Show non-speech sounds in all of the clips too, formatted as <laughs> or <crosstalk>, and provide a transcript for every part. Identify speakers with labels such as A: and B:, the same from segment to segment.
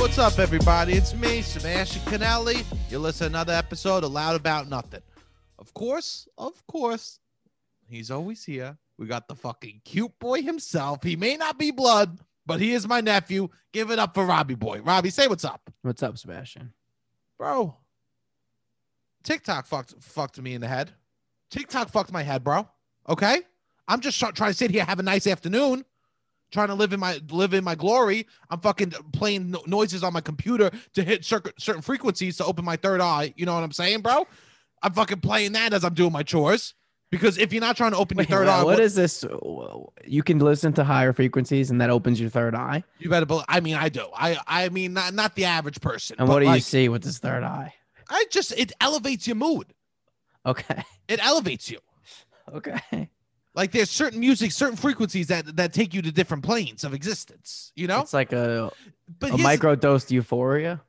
A: What's up, everybody? It's me, Sebastian Canelli. You're listening to another episode of Loud About Nothing. Of course, of course, he's always here. We got the fucking cute boy himself. He may not be blood, but he is my nephew. Give it up for Robbie Boy. Robbie, say what's up,
B: What's up, Sebastian?
A: bro. TikTok fucked fucked me in the head. TikTok fucked my head, bro. Okay, I'm just try- trying to sit here, have a nice afternoon, trying to live in my live in my glory. I'm fucking playing no- noises on my computer to hit cer- certain frequencies to open my third eye. You know what I'm saying, bro? I'm fucking playing that as I'm doing my chores because if you're not trying to open
B: Wait,
A: your third
B: wow,
A: eye,
B: what
A: what-
B: is this? Whoa, You can listen to higher frequencies, and that opens your third eye.
A: you better. Believe- I mean, I do. I I mean, not not the average person.
B: And
A: but,
B: what do you
A: like,
B: see with this third eye?
A: I just it elevates your mood.
B: Okay, <laughs>
A: It elevates you.
B: okay.
A: Like there's certain music, certain frequencies that that take you to different planes of existence. You know,
B: It's like a,
A: but
B: a
A: here's
B: micro dosed euphoria,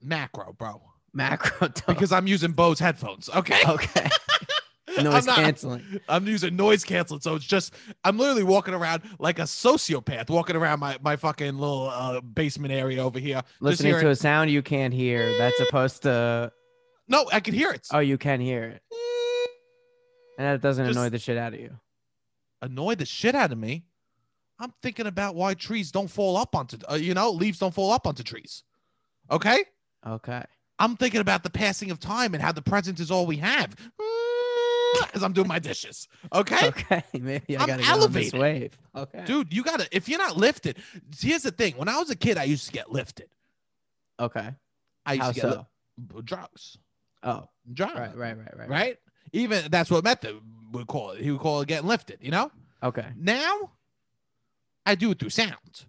A: macro,
B: <laughs>
A: bro, <laughs>
B: macro dose.
A: because I'm using Bose headphones. Okay,
B: okay,
A: <laughs> I'm,
B: noise
A: not-
B: canceling.
A: I'm using noise canceling, so it's just I'm literally walking around like a sociopath, walking around my my fucking little uh, basement area over here.
B: Listening
A: hearing-
B: to a sound you can't hear. That's supposed to.
A: No, I can hear it.
B: Oh, you can hear it, and that doesn't
A: Just-
B: annoy the shit out of you.
A: <laughs> Annoy the shit out of me. I'm thinking about why trees don't fall up onto, uh, you know, leaves don't fall up onto trees. Okay.
B: Okay.
A: I'm thinking about the passing of time and how the present is all we have. <laughs> As I'm doing my dishes. Okay.
B: Okay. <laughs> Maybe I
A: I'm
B: gotta get on this
A: elevated.
B: wave. Okay.
A: Dude, you gotta if you're not lifted. Here's the thing. When I was a kid, I used to get lifted.
B: Okay.
A: I used
B: How
A: to get
B: so?
A: li- drugs.
B: Oh,
A: Drugs.
B: right, right, right, right.
A: Right? Even that's what Method would call it. He would call it getting lifted, you know?
B: Okay.
A: Now I do it through sound.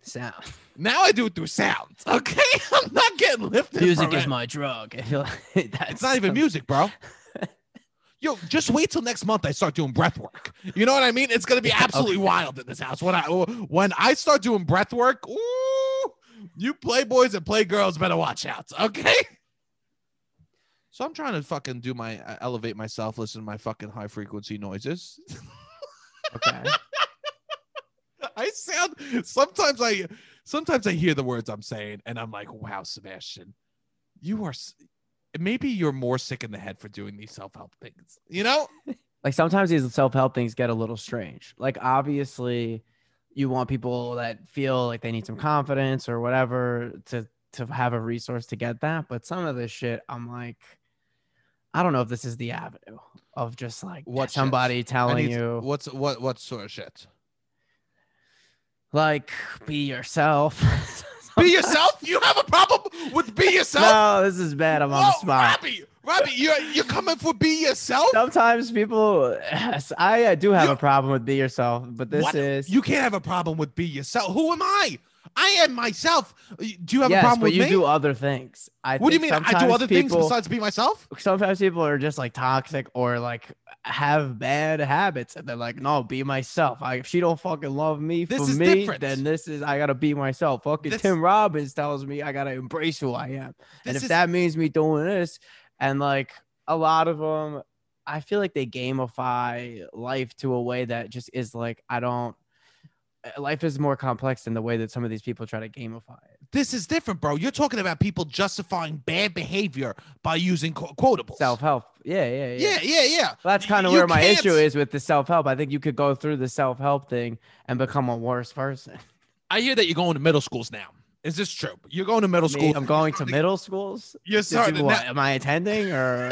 B: Sound.
A: Now I do it through sound. <laughs> Okay. I'm not getting lifted.
B: Music
A: from
B: is
A: it.
B: my
A: <laughs>
B: drug. it's
A: It's not even music, bro. Yo, just wait till next month. I start doing breath work. You know what I mean? It's gonna be absolutely wild in this house when I when I start doing breath work. Ooh, you playboys and playgirls better watch out, okay? So I'm trying to fucking do my uh, elevate myself, listen to my fucking high frequency noises. <laughs>
B: Okay.
A: I sound sometimes I sometimes I hear the words I'm saying and I'm like, wow, Sebastian, you are s- maybe you're more sick in the head for doing these self help things. You know?
B: Like sometimes these self help things get a little strange. Like obviously, you want people that feel like they need some confidence or whatever to to have a resource to get that. But some of this shit, I'm like, I don't know if this is the avenue of just like
A: What shit?
B: somebody
A: I
B: telling
A: need-
B: you
A: what's what what sort of shit?
B: like be yourself. <laughs>
A: Be yourself. You have a problem with be yourself.
B: no, this is bad. I'm on the
A: Whoa,
B: spot.
A: Robbie, Robbie, you're you're coming for be yourself.
B: Sometimes people, <sighs> I uh, do have
A: You-
B: a problem with be yourself, but this
A: What?
B: is
A: You can't have a problem with be yourself. Who am I? I am myself. Do you have
B: yes,
A: a problem
B: but
A: with
B: you
A: me?
B: do other things. I
A: what do you
B: think
A: mean? I do
B: sometimes
A: other things
B: people-
A: besides be myself.
B: Sometimes people are just like toxic or like have bad habits, and they're like, "No, be myself." I, if she don't fucking love me
A: This
B: for
A: is
B: me,
A: different.
B: then this is I gotta be myself. Fucking
A: This-
B: Tim Robbins tells me I gotta embrace who I am, and
A: This
B: if
A: is-
B: that means me doing this, and like a lot of them, I feel like they gamify life to a way that just is like I don't. eh, Life is more complex than the way that some of these people try to gamify it.
A: This is different, bro. You're talking about people justifying bad behavior by using qu- quotables.
B: Self help, yeah, yeah, yeah.
A: Yeah, yeah, yeah.
B: Well, that's
A: Y-
B: kind of
A: you
B: where my
A: can't-
B: issue is with the self help. I think you could go through the self help thing and become a worse person.
A: I hear that you're going to middle schools now. Is this true? You're going to middle
B: Me,
A: school.
B: I'm going to middle schools.
A: You're
B: To do
A: starting to
B: what? Am I attending
A: <laughs>
B: or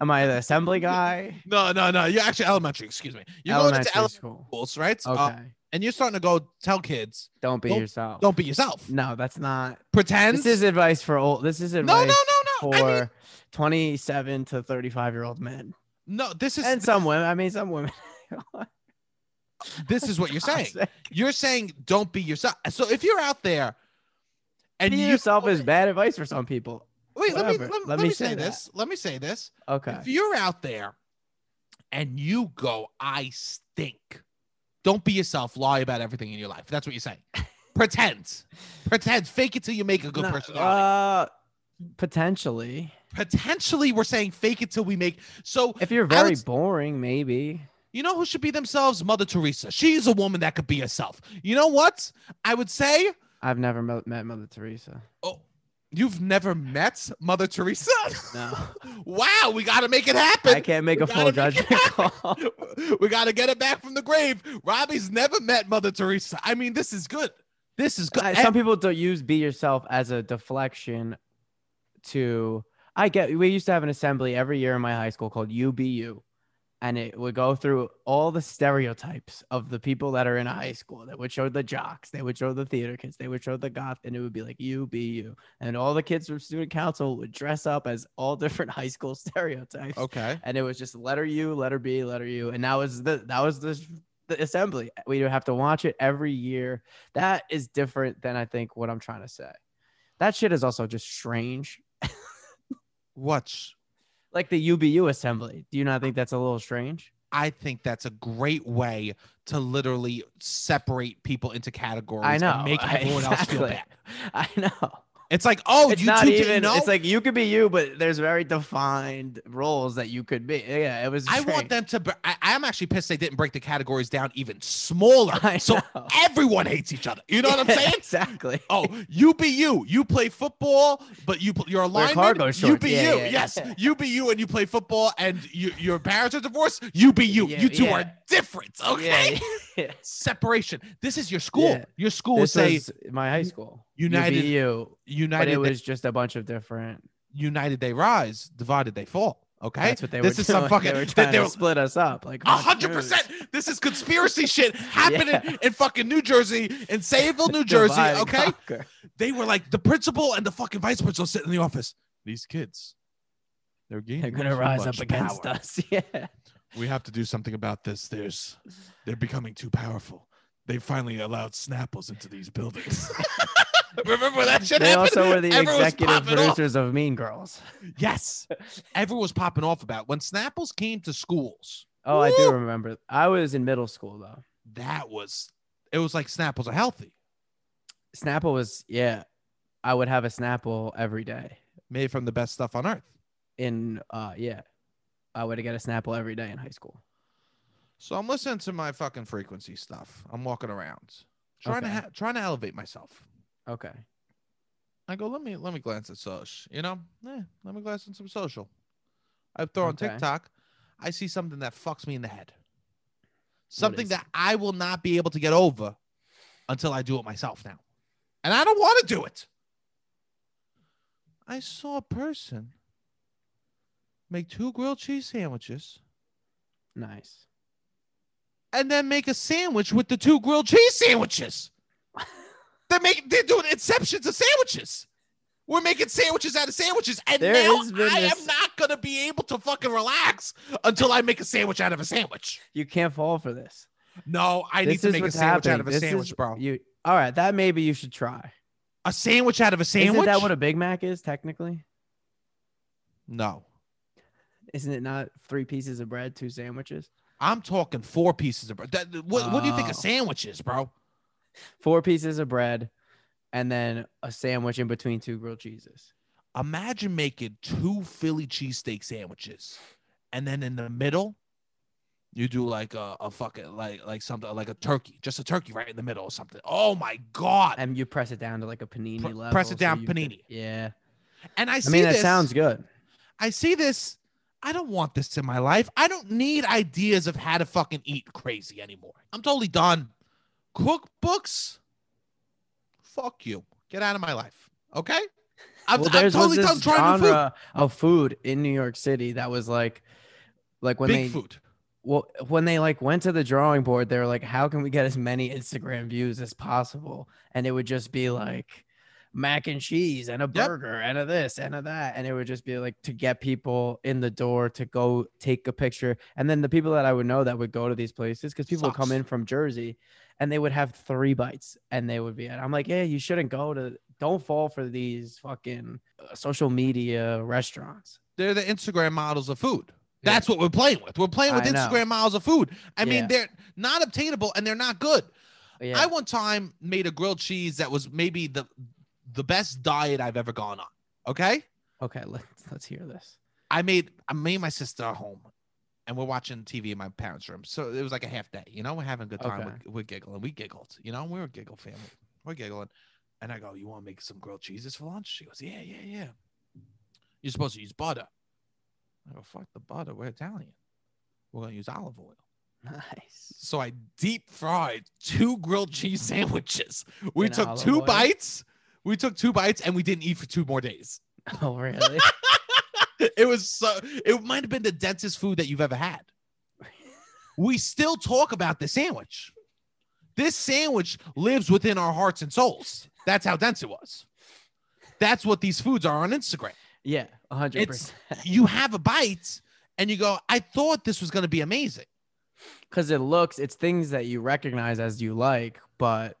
B: am I the assembly guy?
A: No, no, no. You're actually elementary. Excuse me. You're going
B: Elementary
A: into elementary
B: school.
A: schools, right?
B: Okay.
A: Uh, and you're starting to go tell kids,
B: don't be
A: don't-
B: yourself.
A: don't be yourself.
B: No, that's not.
A: Pretend.
B: This is advice for old. This is
A: no, no,
B: advice
A: no, no.
B: for
A: I mean,
B: 27 to 35 year old men
A: no. This is
B: and some women. I mean, some women.
A: this is
B: <laughs>
A: what you're saying. You're saying don't be yourself. So if you're out there, and
B: Be
A: you-
B: yourself is bad advice for some people.
A: wait, let me
B: whatever.
A: let, let me say
B: that.
A: this. Let me say this.
B: Okay.
A: If you're out there and you go, I stink, don't be yourself, lie about everything in your life. That's what you're saying. Pretend. Pretend. Fake it till you make a good
B: No,
A: personality.
B: Uh, potentially.
A: Potentially, we're saying fake it till we make. So,
B: If you're very
A: Alex-
B: boring, maybe.
A: you know who should be themselves? Mother Teresa. She's a woman that could be herself. You know what? I would say
B: I've never met, met Mother Teresa.
A: Oh, you've never met Mother Teresa? <laughs>
B: No,
A: wow, we got to make it
B: I
A: happen.
B: can't make
A: we
B: a full
A: gotta make
B: judgment <laughs>
A: it
B: call.
A: <laughs> we got to get it back from the grave. Robbie's never met Mother Teresa. I mean, this is good. This is good.
B: I- some people don't use "be yourself" as a deflection. To I get we used to have an assembly every year in my high school called UBU, and it would go through all the stereotypes of the people that are in a high school. They would show the jocks, they would show the theater kids, they would show the goth, and it would be like UBU, and all the kids from student council would dress up as all <laughs> different high school stereotypes
A: okay.
B: and it was just letter U, letter B, letter U, and that was the that was the, the assembly. We would have to watch it every year. That is different than I think what I'm trying to say. That shit is also just strange.
A: What's
B: Like the UBU assembly. Do you not think that's a little strange?
A: I think that's a great way to literally separate people into categories
B: I know.
A: and make everyone else feel bad.
B: <laughs> I know.
A: It's like, oh,
B: it's
A: you
B: not
A: two
B: even.
A: didn't know.
B: It's like you could be you, but there's very defined roles that you could be. Yeah, it was.
A: I
B: strange.
A: want them to. br- I, I'm actually pissed they didn't break the categories down even smaller,
B: <laughs> I
A: so
B: know.
A: everyone hates each other. You
B: <laughs>
A: know what I'm saying?
B: Exactly.
A: Oh, you be you. You play football, but you pl- you're a
B: Wear
A: lineman.
B: cargo
A: You
B: shorts.
A: be
B: Yeah,
A: you.
B: yeah, <laughs>
A: yes,
B: yeah.
A: you be you, and you play football, and you, your parents are divorced. You be you.
B: Yeah,
A: you two
B: yeah.
A: are different.
B: Yeah,
A: Okay.
B: yeah, yeah.
A: <laughs> Separation. This is your school.
B: Yeah.
A: Your school
B: this
A: would say
B: was my high school.
A: United-
B: UBU, but
A: United.
B: it was just a bunch of different.
A: united they rise, divided they fall. Okay,
B: That's what they
A: this
B: were
A: is
B: <laughs> doing.
A: some fucking.
B: They were
A: th-
B: trying
A: <laughs> they
B: to
A: were-
B: split us up. Like
A: a
B: Fox
A: hundred
B: News. <laughs>
A: percent. This is conspiracy shit happening in fucking New Jersey, in
B: <laughs>
A: Sayville, New Jersey.
B: Divide and
A: Okay,
B: conquer.
A: they were like the principal and the fucking vice principal sitting in the office. These kids, they're
B: <laughs>
A: gaining.
B: They're gonna
A: too
B: rise up
A: much
B: against
A: power.
B: us. <laughs> Yeah.
A: We have to do something about this. There's, they're becoming too powerful. They finally allowed Snapples into these buildings. <laughs> Remember that shit
B: They
A: happened?
B: also were the
A: Everyone's
B: executive
A: popping off.
B: producers of Mean Girls. <laughs>
A: Yes. Everyone was popping off about when Snapples came to schools.
B: Oh, I do
A: Woo!
B: remember. I was in middle school though.
A: That was it was like Snapples are healthy,
B: Snapple was yeah. I would have a Snapple every day.
A: made from the best stuff on earth.
B: In uh yeah, I would get a Snapple every day in high school.
A: So I'm listening to my fucking frequency stuff. I'm walking around, trying to
B: Okay.
A: ha- trying to elevate myself.
B: Okay.
A: I go, let me let me glance at social. You know, eh, let me glance at some social. I throw on
B: Okay.
A: TikTok. I see something that fucks me in the head. Something
B: is
A: that I will not be able to get over until I do it myself now. And I don't want to do it. I saw a person make two grilled cheese sandwiches
B: <laughs> Nice.
A: and then make a sandwich with the two grilled cheese sandwiches. They're making they're doing exceptions of sandwiches. We're making sandwiches out of sandwiches, and
B: There
A: now
B: has been
A: I am
B: this-
A: not gonna be able to fucking relax until I make a sandwich out of a sandwich.
B: You can't fall for this.
A: No, I need
B: This
A: to
B: is
A: make a
B: what's
A: sandwich out
B: happening.
A: of a
B: This
A: sandwich,
B: is-
A: bro.
B: You all right? That maybe you should try.
A: A sandwich out of a sandwich?
B: Isn't that what a Big Mac is technically?
A: no,
B: Isn't it not three pieces of bread, two sandwiches,
A: I'm talking four pieces of bread. That- what, what do you think a
B: Oh.
A: sandwich is, bro?
B: four pieces of bread, and then a sandwich in between two grilled cheeses?
A: Imagine making two Philly cheesesteak sandwiches, and then in the middle, you do like a, a fucking like like something like a turkey, just a turkey right in the middle or something. Oh my god!
B: And you press it down to like a panini
A: Pre-
B: level.
A: press it down
B: you can-
A: panini.
B: yeah,
A: And I
B: I
A: see
B: mean that
A: this.
B: sounds good.
A: I see this. I don't want this in my life. I don't need ideas of how to fucking eat crazy anymore. I'm totally done. Cookbooks. Fuck you. Get out of my life. Okay. I'm,
B: well,
A: I'm
B: there's was
A: totally
B: this
A: done trying new food.
B: genre of food in New York City that was like, like when
A: Big
B: they
A: food.
B: well when they like went to the drawing board they were like how can we get as many instagram views as possible and it would just be like mac and cheese and a burger and a this and a that and it would just be like to get people in the door to go take a picture and then the people that i would know that would go to these places because people would come
A: Sucks.
B: in from jersey and they would have three bites and they would be at i'm like yeah you shouldn't go to don't fall for these fucking uh, social media restaurants
A: They're the Instagram models of food.
B: Yeah.
A: That's what we're playing with. We're playing with
B: I know.
A: Instagram models of food. I mean,
B: Yeah.
A: they're not obtainable and they're not good.
B: yeah
A: I one time made a grilled cheese that was maybe the the best diet I've ever gone on. Okay.
B: okay let's let's hear this <laughs>
A: I made I made my sister at home, and we're watching TV in my parents' room. So it was like a half day. You know, we're having a good time.
B: Okay.
A: We're, we're giggling. We giggled. You know, we're a giggle family. We're giggling, And I go, You want to make some grilled cheeses for lunch? She goes, Yeah, yeah, yeah. You're supposed to use butter. I go, Fuck the butter. We're Italian. We're going to use olive oil.
B: Nice.
A: So I deep fried two grilled cheese sandwiches. We
B: In
A: took
B: olive
A: two
B: oil?
A: bites. We took two bites and we didn't eat for two more days.
B: <laughs> Oh, really?
A: <laughs> It was so, it might have been the densest food that you've ever had. We still talk about the sandwich. This sandwich lives within our hearts and souls. That's how dense it was. That's what these foods are on Instagram.
B: yeah, 100%.
A: You have a bite and you go, I thought this was going to be amazing.
B: because it looks it's things that you recognize as you like but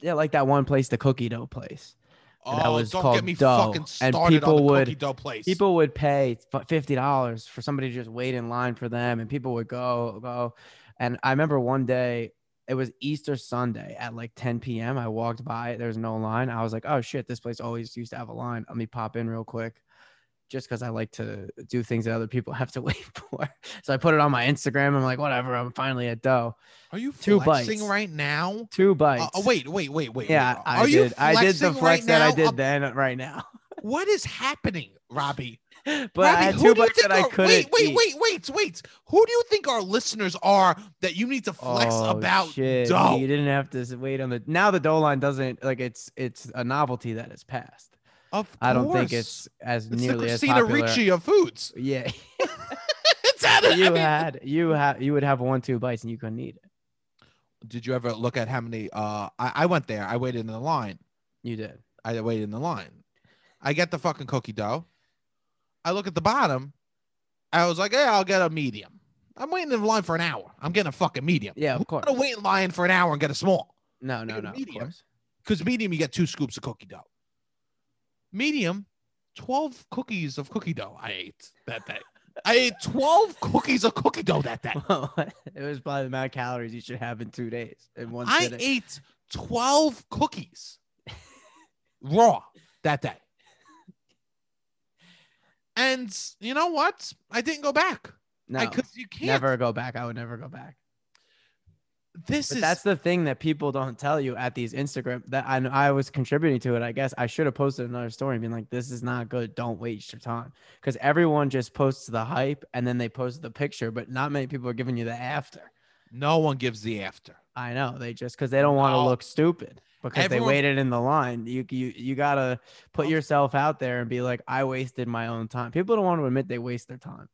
B: yeah like that one place the cookie dough place
A: Oh,
B: And that was
A: don't
B: called
A: get me
B: dough.
A: fucking
B: And
A: started
B: people
A: on the
B: would-
A: cookie dough place.
B: people would pay f- $50 for somebody to just wait in line for them and people would go go and i remember one day it was easter sunday at like 10 p.m i walked by there was no line i was like oh shit this place always used to have a line let me pop in real quick just because i like to do things that other people <laughs> have to wait for so i put it on my instagram i'm like whatever i'm finally at dough
A: are you
B: two
A: flexing
B: bites.
A: right now?
B: two
A: Uh,
B: bites
A: oh, wait, wait, wait, wait.
B: Yeah,
A: wait.
B: I
A: Are
B: did.
A: you
B: I did the
A: flexing
B: flex
A: right
B: that I
A: now?
B: did
A: Uh,
B: then, uh, right now. <laughs>
A: What is happening, Robbie?
B: But I
A: Robbie,
B: had
A: who
B: two
A: do you
B: bites that
A: think
B: I
A: are-
B: couldn't.
A: Wait, wait,
B: eat.
A: wait, wait, wait. Who do you think our listeners are that you need to flex
B: Oh,
A: about
B: shit.
A: dough?
B: You didn't have to s- wait on the. Now the dough line doesn't like it's it's a novelty that is passed.
A: Of
B: I don't think it's
A: course.
B: as
A: It's the
B: nearly as
A: Christina
B: popular.
A: Ricci of foods. <laughs>
B: Yeah, <laughs>
A: It's out of, I
B: you
A: mean,
B: had you had you would have one two bites and you couldn't eat it.
A: <laughs> Did you ever look at how many? Uh, I, I went there. I waited in the line.
B: You did.
A: I waited in the line. I get the fucking cookie dough. I look at the bottom. I was like, yeah, I'll get a medium. I'm waiting in line for an hour. I'm getting a fucking medium.
B: Yeah, of course.
A: I'm gonna wait in line for an hour and get a small.
B: No, no,
A: get
B: no. Of
A: medium.
B: course. <laughs>
A: because medium you get two scoops of cookie dough. Medium, twelve cookies of cookie dough I ate that day. I ate twelve cookies of cookie dough that day.
B: it was probably the amount of calories you should have in two days in <laughs> one
A: I
B: sitting.
A: ate twelve cookies <laughs> raw that day. And you know what? I didn't go back
B: no,
A: because you can't.
B: never go back. I would never go back.
A: This
B: But
A: is
B: that's the thing that people don't tell you at these Instagram that I, I was contributing to it. I guess I should have posted another story and been like, this is not good. Don't waste your time. Because everyone just posts the hype and then they post the picture, but not many people are giving you the after.
A: no one gives the after.
B: I know they just because they don't want to
A: No.
B: look stupid because
A: Everyone-
B: they waited in the line. You, you, you gotta put
A: Of-
B: yourself out there and be like, I wasted my own time. People don't want to admit they waste their time.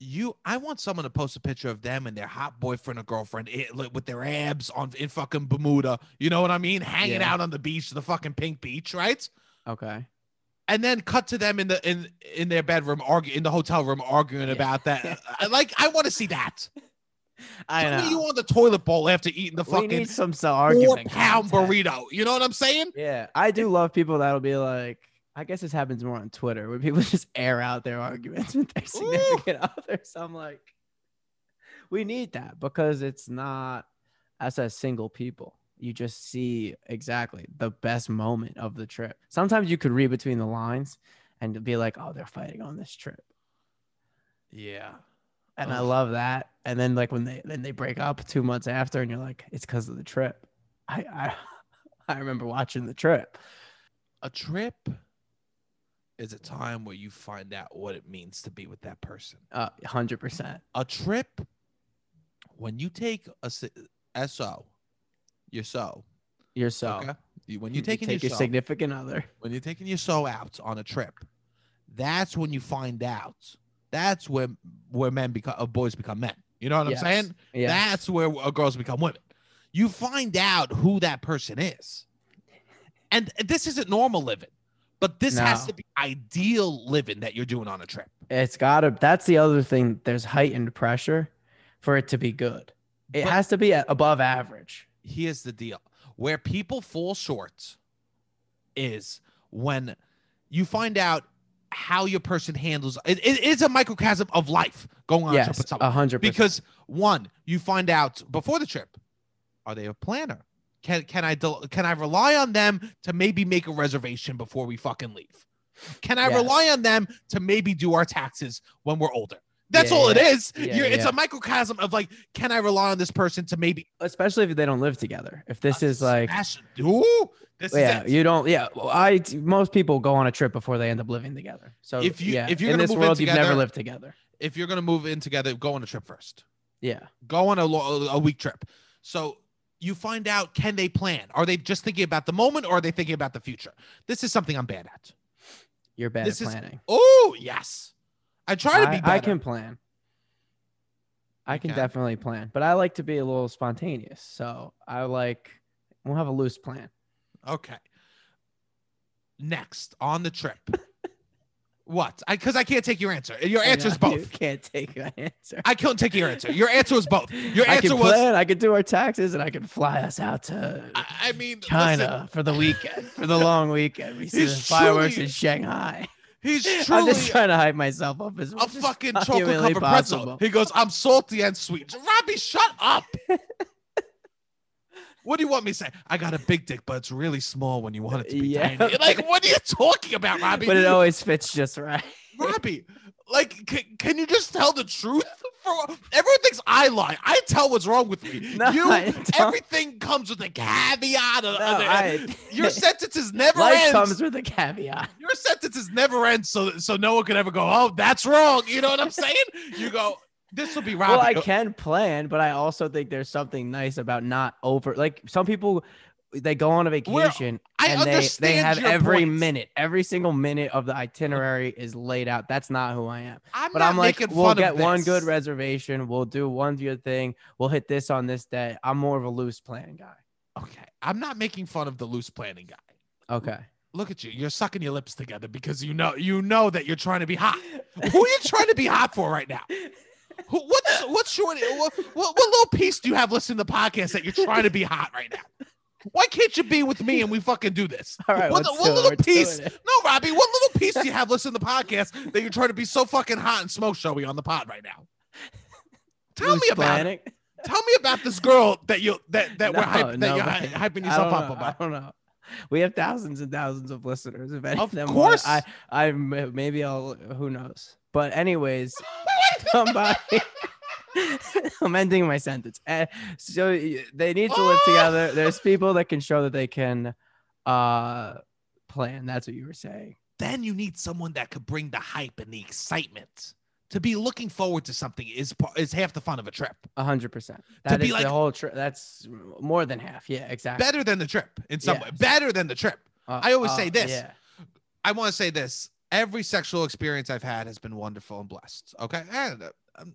A: you i want someone to post a picture of them and their hot boyfriend or girlfriend i- li- with their abs on in fucking bermuda you know what i mean hanging
B: Yeah.
A: out on the beach the fucking pink beach right
B: Okay.
A: and then cut to them in the in in their bedroom argue in the hotel room arguing
B: Yeah. <laughs>
A: about that I- like i want to see that
B: I
A: Tell me you
B: know.
A: on the toilet bowl after eating the
B: we
A: fucking
B: need some sort of
A: four
B: argument.
A: pound
B: content.
A: burrito you know what i'm saying
B: Yeah, I do love people that'll be like, I guess this happens more on Twitter where people <laughs> just air out their arguments with their significant <laughs> others. I'm like, we need that because it's not us as single people. You just see exactly the best moment of the trip. Sometimes you could read between the lines and be like, oh, they're fighting on this trip.
A: yeah
B: And I
A: Ugh.
B: love that. And then like when they then they break up two months after and you're like, it's because of the trip. I, I <laughs> I remember watching the trip.
A: a trip is a time where you find out what it means to be with that person
B: Uh, 100%.
A: a trip when you take a si- so your so
B: Your so.
A: okay You- when you're taking
B: take
A: your,
B: your
A: so,
B: significant other.
A: when you're taking your so out on a trip that's when you find out that's where where men become uh, boys become men you know what
B: Yes.
A: i'm saying
B: Yeah.
A: that's where uh, girls become women you find out who that person is and this isn't normal living but this has
B: No.
A: to be ideal living that you're doing on a trip
B: it's gotta. That's the other thing. There's heightened pressure for it to be good. It
A: But-
B: has to be a- above average.
A: here's the deal where people fall short is when you find out how your person handles it, it- it's a microcosm of life going on a trip
B: Yes,
A: with someone.
B: a hundred percent.
A: because one you find out before the trip are they a planner can can i del- can i rely on them to maybe make a reservation before we fucking leave can i
B: Yes.
A: rely on them to maybe do our taxes when we're older That's
B: Yeah,
A: all it
B: yeah.
A: is.
B: Yeah,
A: You're, It's
B: yeah.
A: a microcosm of like, can I rely on this person to maybe?
B: especially if they don't live together. If this is like,
A: smash it? ooh, this
B: yeah,
A: is it.
B: you don't, yeah. well, I most people go on a trip before they end up living together. So
A: If you-
B: yeah,
A: if you're
B: in
A: gonna
B: this
A: move in
B: world, you've never
A: together-
B: lived together.
A: if you're gonna move in together, go on a trip first.
B: Yeah,
A: Go on a, lo- a week trip. So you find out can they plan? Are they just thinking about the moment, or are they thinking about the future? This is something I'm bad at.
B: you're bad
A: This
B: at
A: is-
B: planning.
A: Oh yes, I try to be. Better.
B: I, I can plan. I
A: You
B: can
A: can.
B: definitely plan, but I like to be a little spontaneous. So I like we'll have a loose plan.
A: Okay. Next on
B: <laughs>
A: the trip. what? I because I can't take your answer.
B: <laughs>
A: Your
B: You
A: answer is
B: know, you
A: both.
B: can't take my answer.
A: I couldn't take your answer. Your answer was both. Your
B: I
A: answer
B: can
A: was.
B: plan. I can do our taxes, and I can fly us out to
A: I, I mean,
B: China Oh,
A: Listen,
B: for the weekend, <laughs> for the long weekend. We see the
A: He's
B: fireworks
A: truly-
B: in Shanghai.
A: he's
B: I'm
A: truly
B: just trying to hype myself up as much
A: a
B: as
A: fucking
B: humanly
A: chocolate covered pretzel.
B: possible.
A: He goes, I'm salty and sweet. Robbie, shut
B: <laughs>
A: up. what do you want me to say? I got a big dick, but it's really small when you want it to be
B: Yeah.
A: tiny. Like, what are you talking about, Robbie?
B: But it
A: <laughs>
B: always fits just right.
A: Robbie, like, c- can you just tell the truth? For everyone thinks I lie. I tell what's wrong with me.
B: <laughs> No,
A: you,
B: I don't.
A: everything comes with a caveat.
B: No,
A: uh, uh,
B: I, <laughs>
A: your sentences never
B: life
A: ends.
B: comes with a caveat.
A: your sentences never end, so so no one could ever go, oh, that's wrong. You know what I'm saying? You go, this will be Robbie.
B: Well, I can plan, but I also think there's something nice about not over. Like some people, they go on a vacation
A: I
B: and they,
A: understand
B: they have
A: your
B: every
A: point.
B: minute, every single minute of the itinerary is laid out. That's not who I am.
A: I'm
B: But
A: not
B: I'm like,
A: making
B: we'll
A: fun
B: get
A: of
B: one
A: this.
B: good reservation. We'll do one good thing. We'll hit this on this day. I'm more of a loose plan guy.
A: okay, I'm not making fun of the loose planning guy.
B: Okay.
A: Look at you. You're sucking your lips together because you know you know that you're trying to be hot. Who are you trying to be hot for right now? Who, what's what's your what, what what little piece do you have listening to the podcast that you're trying to be hot right now? Why can't you be with me and we fucking do this?
B: All right.
A: what
B: let's
A: what
B: do it.
A: little
B: We're doing
A: piece?
B: it.
A: No, Robbie, what little piece do you have listening to the podcast that you're trying to be so fucking hot and smoke showy on the pod right now? Tell
B: Loose
A: me about it.
B: planning?
A: Tell me about this girl that you that that we're
B: No,
A: hyping, that
B: no,
A: you're
B: but
A: hy- hyping
B: I
A: yourself
B: don't
A: up
B: know.
A: about.
B: I don't know. We have thousands and thousands of listeners. If any
A: Of
B: them
A: course.
B: want, I, I m- maybe I'll. Who knows? But
A: <laughs>
B: anyways, somebody. <laughs> I'm ending my sentence. Eh, So y- they need to
A: Oh!
B: live together. There's people that can show that they can uh plan. That's what you were saying.
A: Then you need someone that could bring the hype and the excitement. To be looking forward to something is par- is half the fun of a trip.
B: A hundred percent. That
A: be
B: is
A: like-
B: the whole. Tri- that's more than half. Yeah, exactly.
A: Better than the trip in some
B: Yeah.
A: way. Better than the trip.
B: Uh,
A: I always
B: uh,
A: say this.
B: Yeah.
A: I want to say this. Every sexual experience I've had has been wonderful and blessed. Okay. And, uh, um,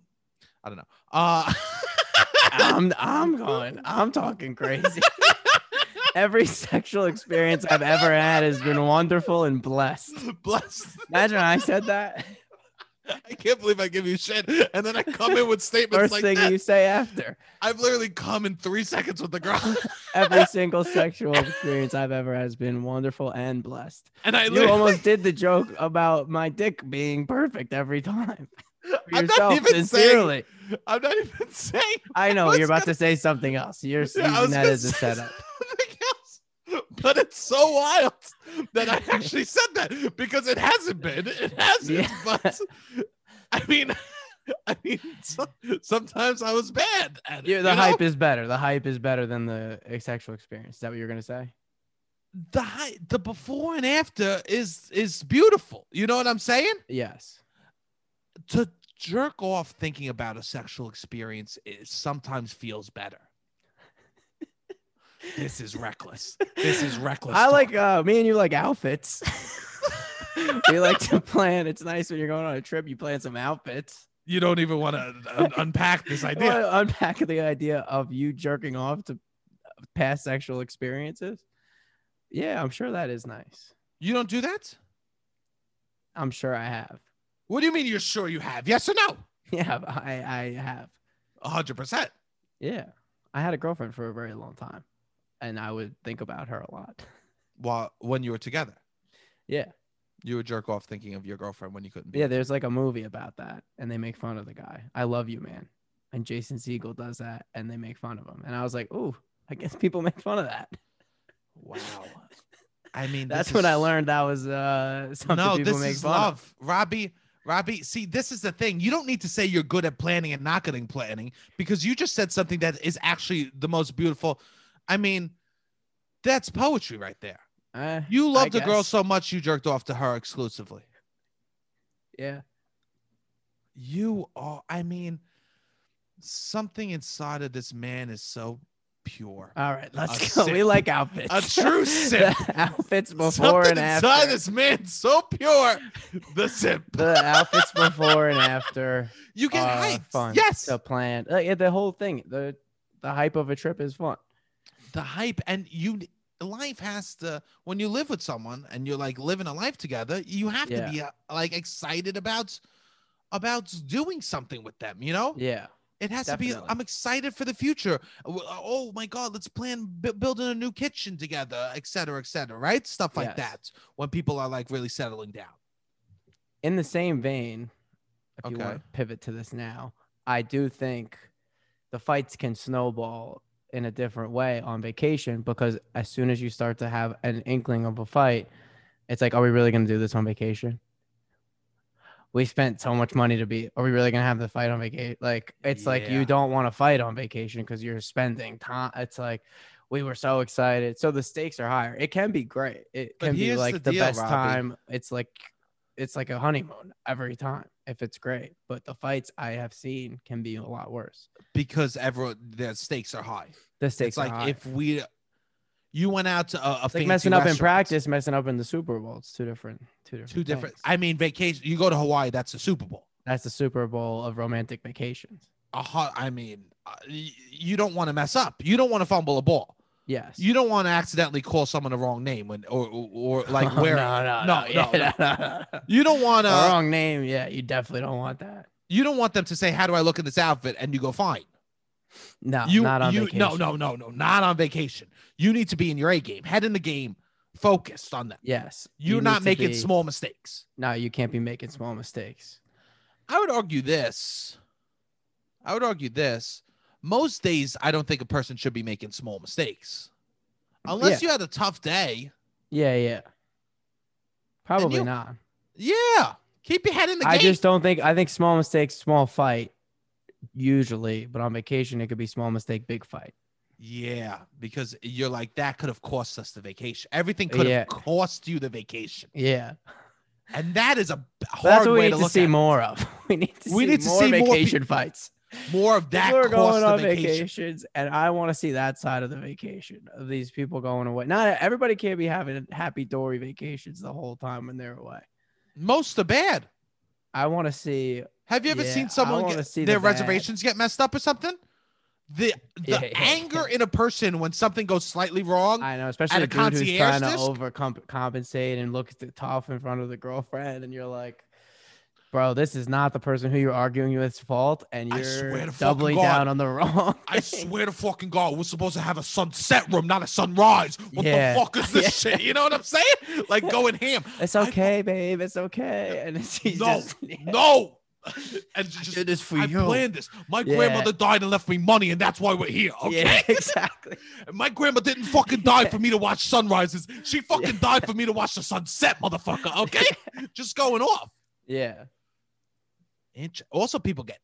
A: I don't know. Uh, <laughs>
B: I'm I'm going. I'm talking crazy. <laughs> Every sexual experience I've ever had has been wonderful and blessed.
A: blessed.
B: Imagine I said
A: <laughs>
B: that.
A: I can't believe I give you shit. And then I come in with statements
B: First
A: like
B: thing
A: that.
B: you say after.
A: I've literally come in three seconds with
B: <laughs>
A: the girl. <laughs>
B: Every single sexual experience I've ever had has been wonderful and blessed.
A: And I
B: You
A: literally,
B: almost did the joke about my dick being perfect every time. For
A: <laughs> I'm not
B: yourself,
A: even saying-
B: sincerely.
A: <laughs> I'm not even saying
B: I know
A: was
B: you're about to say something else. You're
A: Yeah, I
B: using
A: was
B: that
A: gonna
B: as a
A: say
B: setup.
A: something else. But it's so wild that I actually said that because it hasn't been. It hasn't.
B: Yeah.
A: <laughs> But I mean, <laughs> I mean, so, sometimes I was bad at it.
B: Yeah, the
A: you know?
B: hype is better. The hype is better than the sexual experience. Is that what you're gonna say?
A: the hy- the before and after is is beautiful. You know what I'm saying?
B: Yes.
A: To jerk off thinking about a sexual experience is sometimes feels
B: <laughs>
A: better. This is reckless. This is reckless.
B: I
A: talk.
B: like uh, me and you like outfits. we like to plan. It's nice when you're going on a trip. You plan some outfits.
A: you don't even want to un- unpack this
B: I
A: idea.
B: want to unpack the idea of you jerking off to uh, past sexual experiences. Yeah, I'm sure that is nice.
A: You don't do that?
B: I'm sure I have. <laughs>
A: What do you mean you're sure you have? Yes or no?
B: Yeah, I, I have.
A: 100%.
B: Yeah. I had a girlfriend for a very long time and I would think about her a lot.
A: Well, when you were together,
B: Yeah.
A: you would jerk off thinking of your girlfriend when you couldn't be.
B: Yeah. There's like a movie about that and they make fun of the guy. I love you, man. And Jason Siegel does that and they make fun of him. And I was like, ooh, I guess people <laughs> make fun of that.
A: Wow. I mean,
B: That's
A: this
B: when I
A: is-
B: learned that was uh, something
A: No,
B: people
A: this
B: make
A: is
B: fun
A: love. Robbie, Robbie, see, this is the thing. You don't need to say you're good at planning and not good at planning because you just said something that is actually the most beautiful. I mean, that's poetry right there.
B: Eh,
A: You loved a girl
B: guess.
A: so much you jerked off to her exclusively.
B: yeah.
A: You are, I mean, something inside of this man is so pure. <laughs>
B: All right, let's
A: A
B: go.
A: sip.
B: We like outfits.
A: A
B: <laughs>
A: true sip.
B: outfits before
A: something
B: and after.
A: inside this man so pure. The sip.
B: <laughs> the outfits before and
A: <laughs>
B: after.
A: You get
B: are
A: hyped.
B: Fun
A: Yes.
B: To plan. Like, yeah, the whole thing. The the hype of a trip is fun.
A: the hype and you life has to when you live with someone and you're like living a life together you have
B: Yeah.
A: to be uh, like excited about about doing something with them you know
B: Yeah.
A: it has to be
B: definitely.
A: i'm excited for the future W- oh my god let's plan bu- building a new kitchen together et cetera et cetera right stuff like
B: Yes.
A: that when people are like really settling down
B: In the same vein, if you
A: Okay.
B: want to pivot to this now, I do think the fights can snowball in a different way on vacation because as soon as you start to have an inkling of a fight, it's like, are we really going to do this on vacation? We spent so much money to be. Are we really going to have the fight on vacation? Like, it's like
A: Yeah.
B: you don't want to fight on vacation because you're spending time. It's like we were so excited. So the stakes are higher. It can be great. It
A: But
B: can be
A: here's
B: like
A: the
B: the,
A: deal,
B: best
A: Robbie.
B: time. It's like it's like a honeymoon every time if it's great. But the fights I have seen can be a lot worse.
A: because everyone their stakes are high
B: The stakes
A: it's like
B: are high.
A: if we you went out to a, a
B: it's like
A: fancy
B: messing up in
A: restaurant.
B: practice, messing up in the Super Bowl. It's two different, two different,
A: two different
B: things.
A: i mean vacation you go to hawaii that's the super bowl
B: That's the Super Bowl of romantic vacations.
A: a hot, I mean, uh, y- you don't want to mess up. You don't want to fumble a ball.
B: Yes.
A: You don't want to accidentally call someone the wrong name when or
B: <laughs>
A: or, or like
B: Oh,
A: where
B: <laughs> No, no,
A: no,
B: no,
A: no,
B: yeah,
A: no.
B: <laughs> no, no, no.
A: you don't want
B: The
A: to
B: wrong name. Yeah, you definitely don't want that.
A: you don't want them to say how do I look in this outfit and you go fine.
B: No,
A: you
B: not on
A: you
B: vacation.
A: no no no no not on vacation. You need to be in your A game, head in the game, focused on that.
B: Yes,
A: You're
B: you need
A: not
B: to
A: making
B: be-
A: small mistakes.
B: No, you can't be making small mistakes.
A: I would argue this. I would argue this. Most days, I don't think a person should be making small mistakes, unless you had a tough day.
B: Yeah, yeah. Probably
A: you-
B: not.
A: Yeah. Keep your head in the
B: I
A: game.
B: just don't think. I think small mistakes, small fight, usually. But on vacation, it could be small mistake, big fight.
A: yeah, because you're like, that could have cost us the vacation. Everything could
B: Yeah.
A: have cost you the vacation.
B: Yeah,
A: And that is a b-
B: But
A: hard
B: that's what
A: way
B: we need
A: to
B: to,
A: look
B: see
A: at it.
B: more of. <laughs> We need to
A: We
B: see
A: need to
B: more
A: see more pe-
B: vacation fights.
A: More of that
B: people are
A: cost
B: going
A: the
B: on
A: vacation.
B: vacations, and I want to see that side of the vacation of these people going away. Not everybody can't be having happy dory vacations the whole time when they're away.
A: Most are bad.
B: I want to see.
A: Have you ever
B: Yeah, I
A: seen someone
B: wanna
A: get
B: see the
A: their
B: bad.
A: reservations get messed up or something? The the
B: Yeah, yeah,
A: anger in a person when something goes slightly <laughs> wrong.
B: I know, especially
A: a
B: a dude who's
A: concierge
B: trying to
A: disc?
B: overcompensate and look at the tough in front of the girlfriend, and you're like, "Bro, this is not the person who you're arguing with's fault, and
A: I
B: you're
A: swear to fucking
B: doubling
A: God.
B: down on the <laughs> wrong."
A: I
B: thing."
A: swear to fucking God, we're supposed to have a sunset room, not a sunrise.
B: <laughs>
A: What
B: Yeah.
A: the fuck is this shit? You know what I'm saying? Like going ham.
B: It's
A: I fu-
B: okay, babe. It's okay, and <laughs> it's he's
A: No,
B: just,
A: No. <laughs> And
B: I
A: just
B: did this for
A: I
B: you.
A: planned this. My
B: Yeah.
A: grandmother died and left me money, and that's why we're here. Okay.
B: <laughs>
A: <laughs>
B: Yeah, exactly.
A: And my grandma didn't fucking die
B: <laughs>
A: for me to watch sunrises. She fucking died for me to watch the sunset, motherfucker.
B: <laughs>
A: Okay. just going off.
B: Yeah.
A: Inch- Also, people get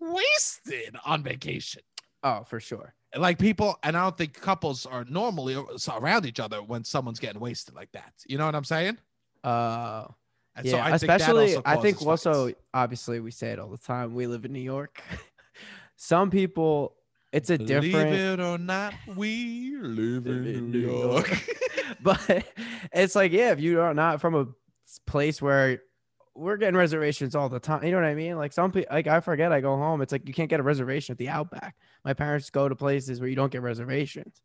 A: wasted on vacation.
B: Oh, for sure.
A: And, Like people, and I don't think couples are normally around each other when someone's getting wasted like that. You know what I'm saying?
B: Uh,
A: And
B: yeah.
A: so I think that
B: Especially,
A: also
B: I think
A: causes
B: also,
A: fights.
B: obviously, we say it all the time. We live in New York. <laughs> Some people, it's a
A: Believe
B: different.
A: it or not, we
B: Live
A: live in
B: in
A: New
B: New
A: York.
B: <laughs>
A: <laughs>
B: but it's like yeah if you are not from a place where we're getting reservations all the time you know what i mean like some people like i forget i go home it's like you can't get a reservation at the outback my parents go to places where you don't get reservations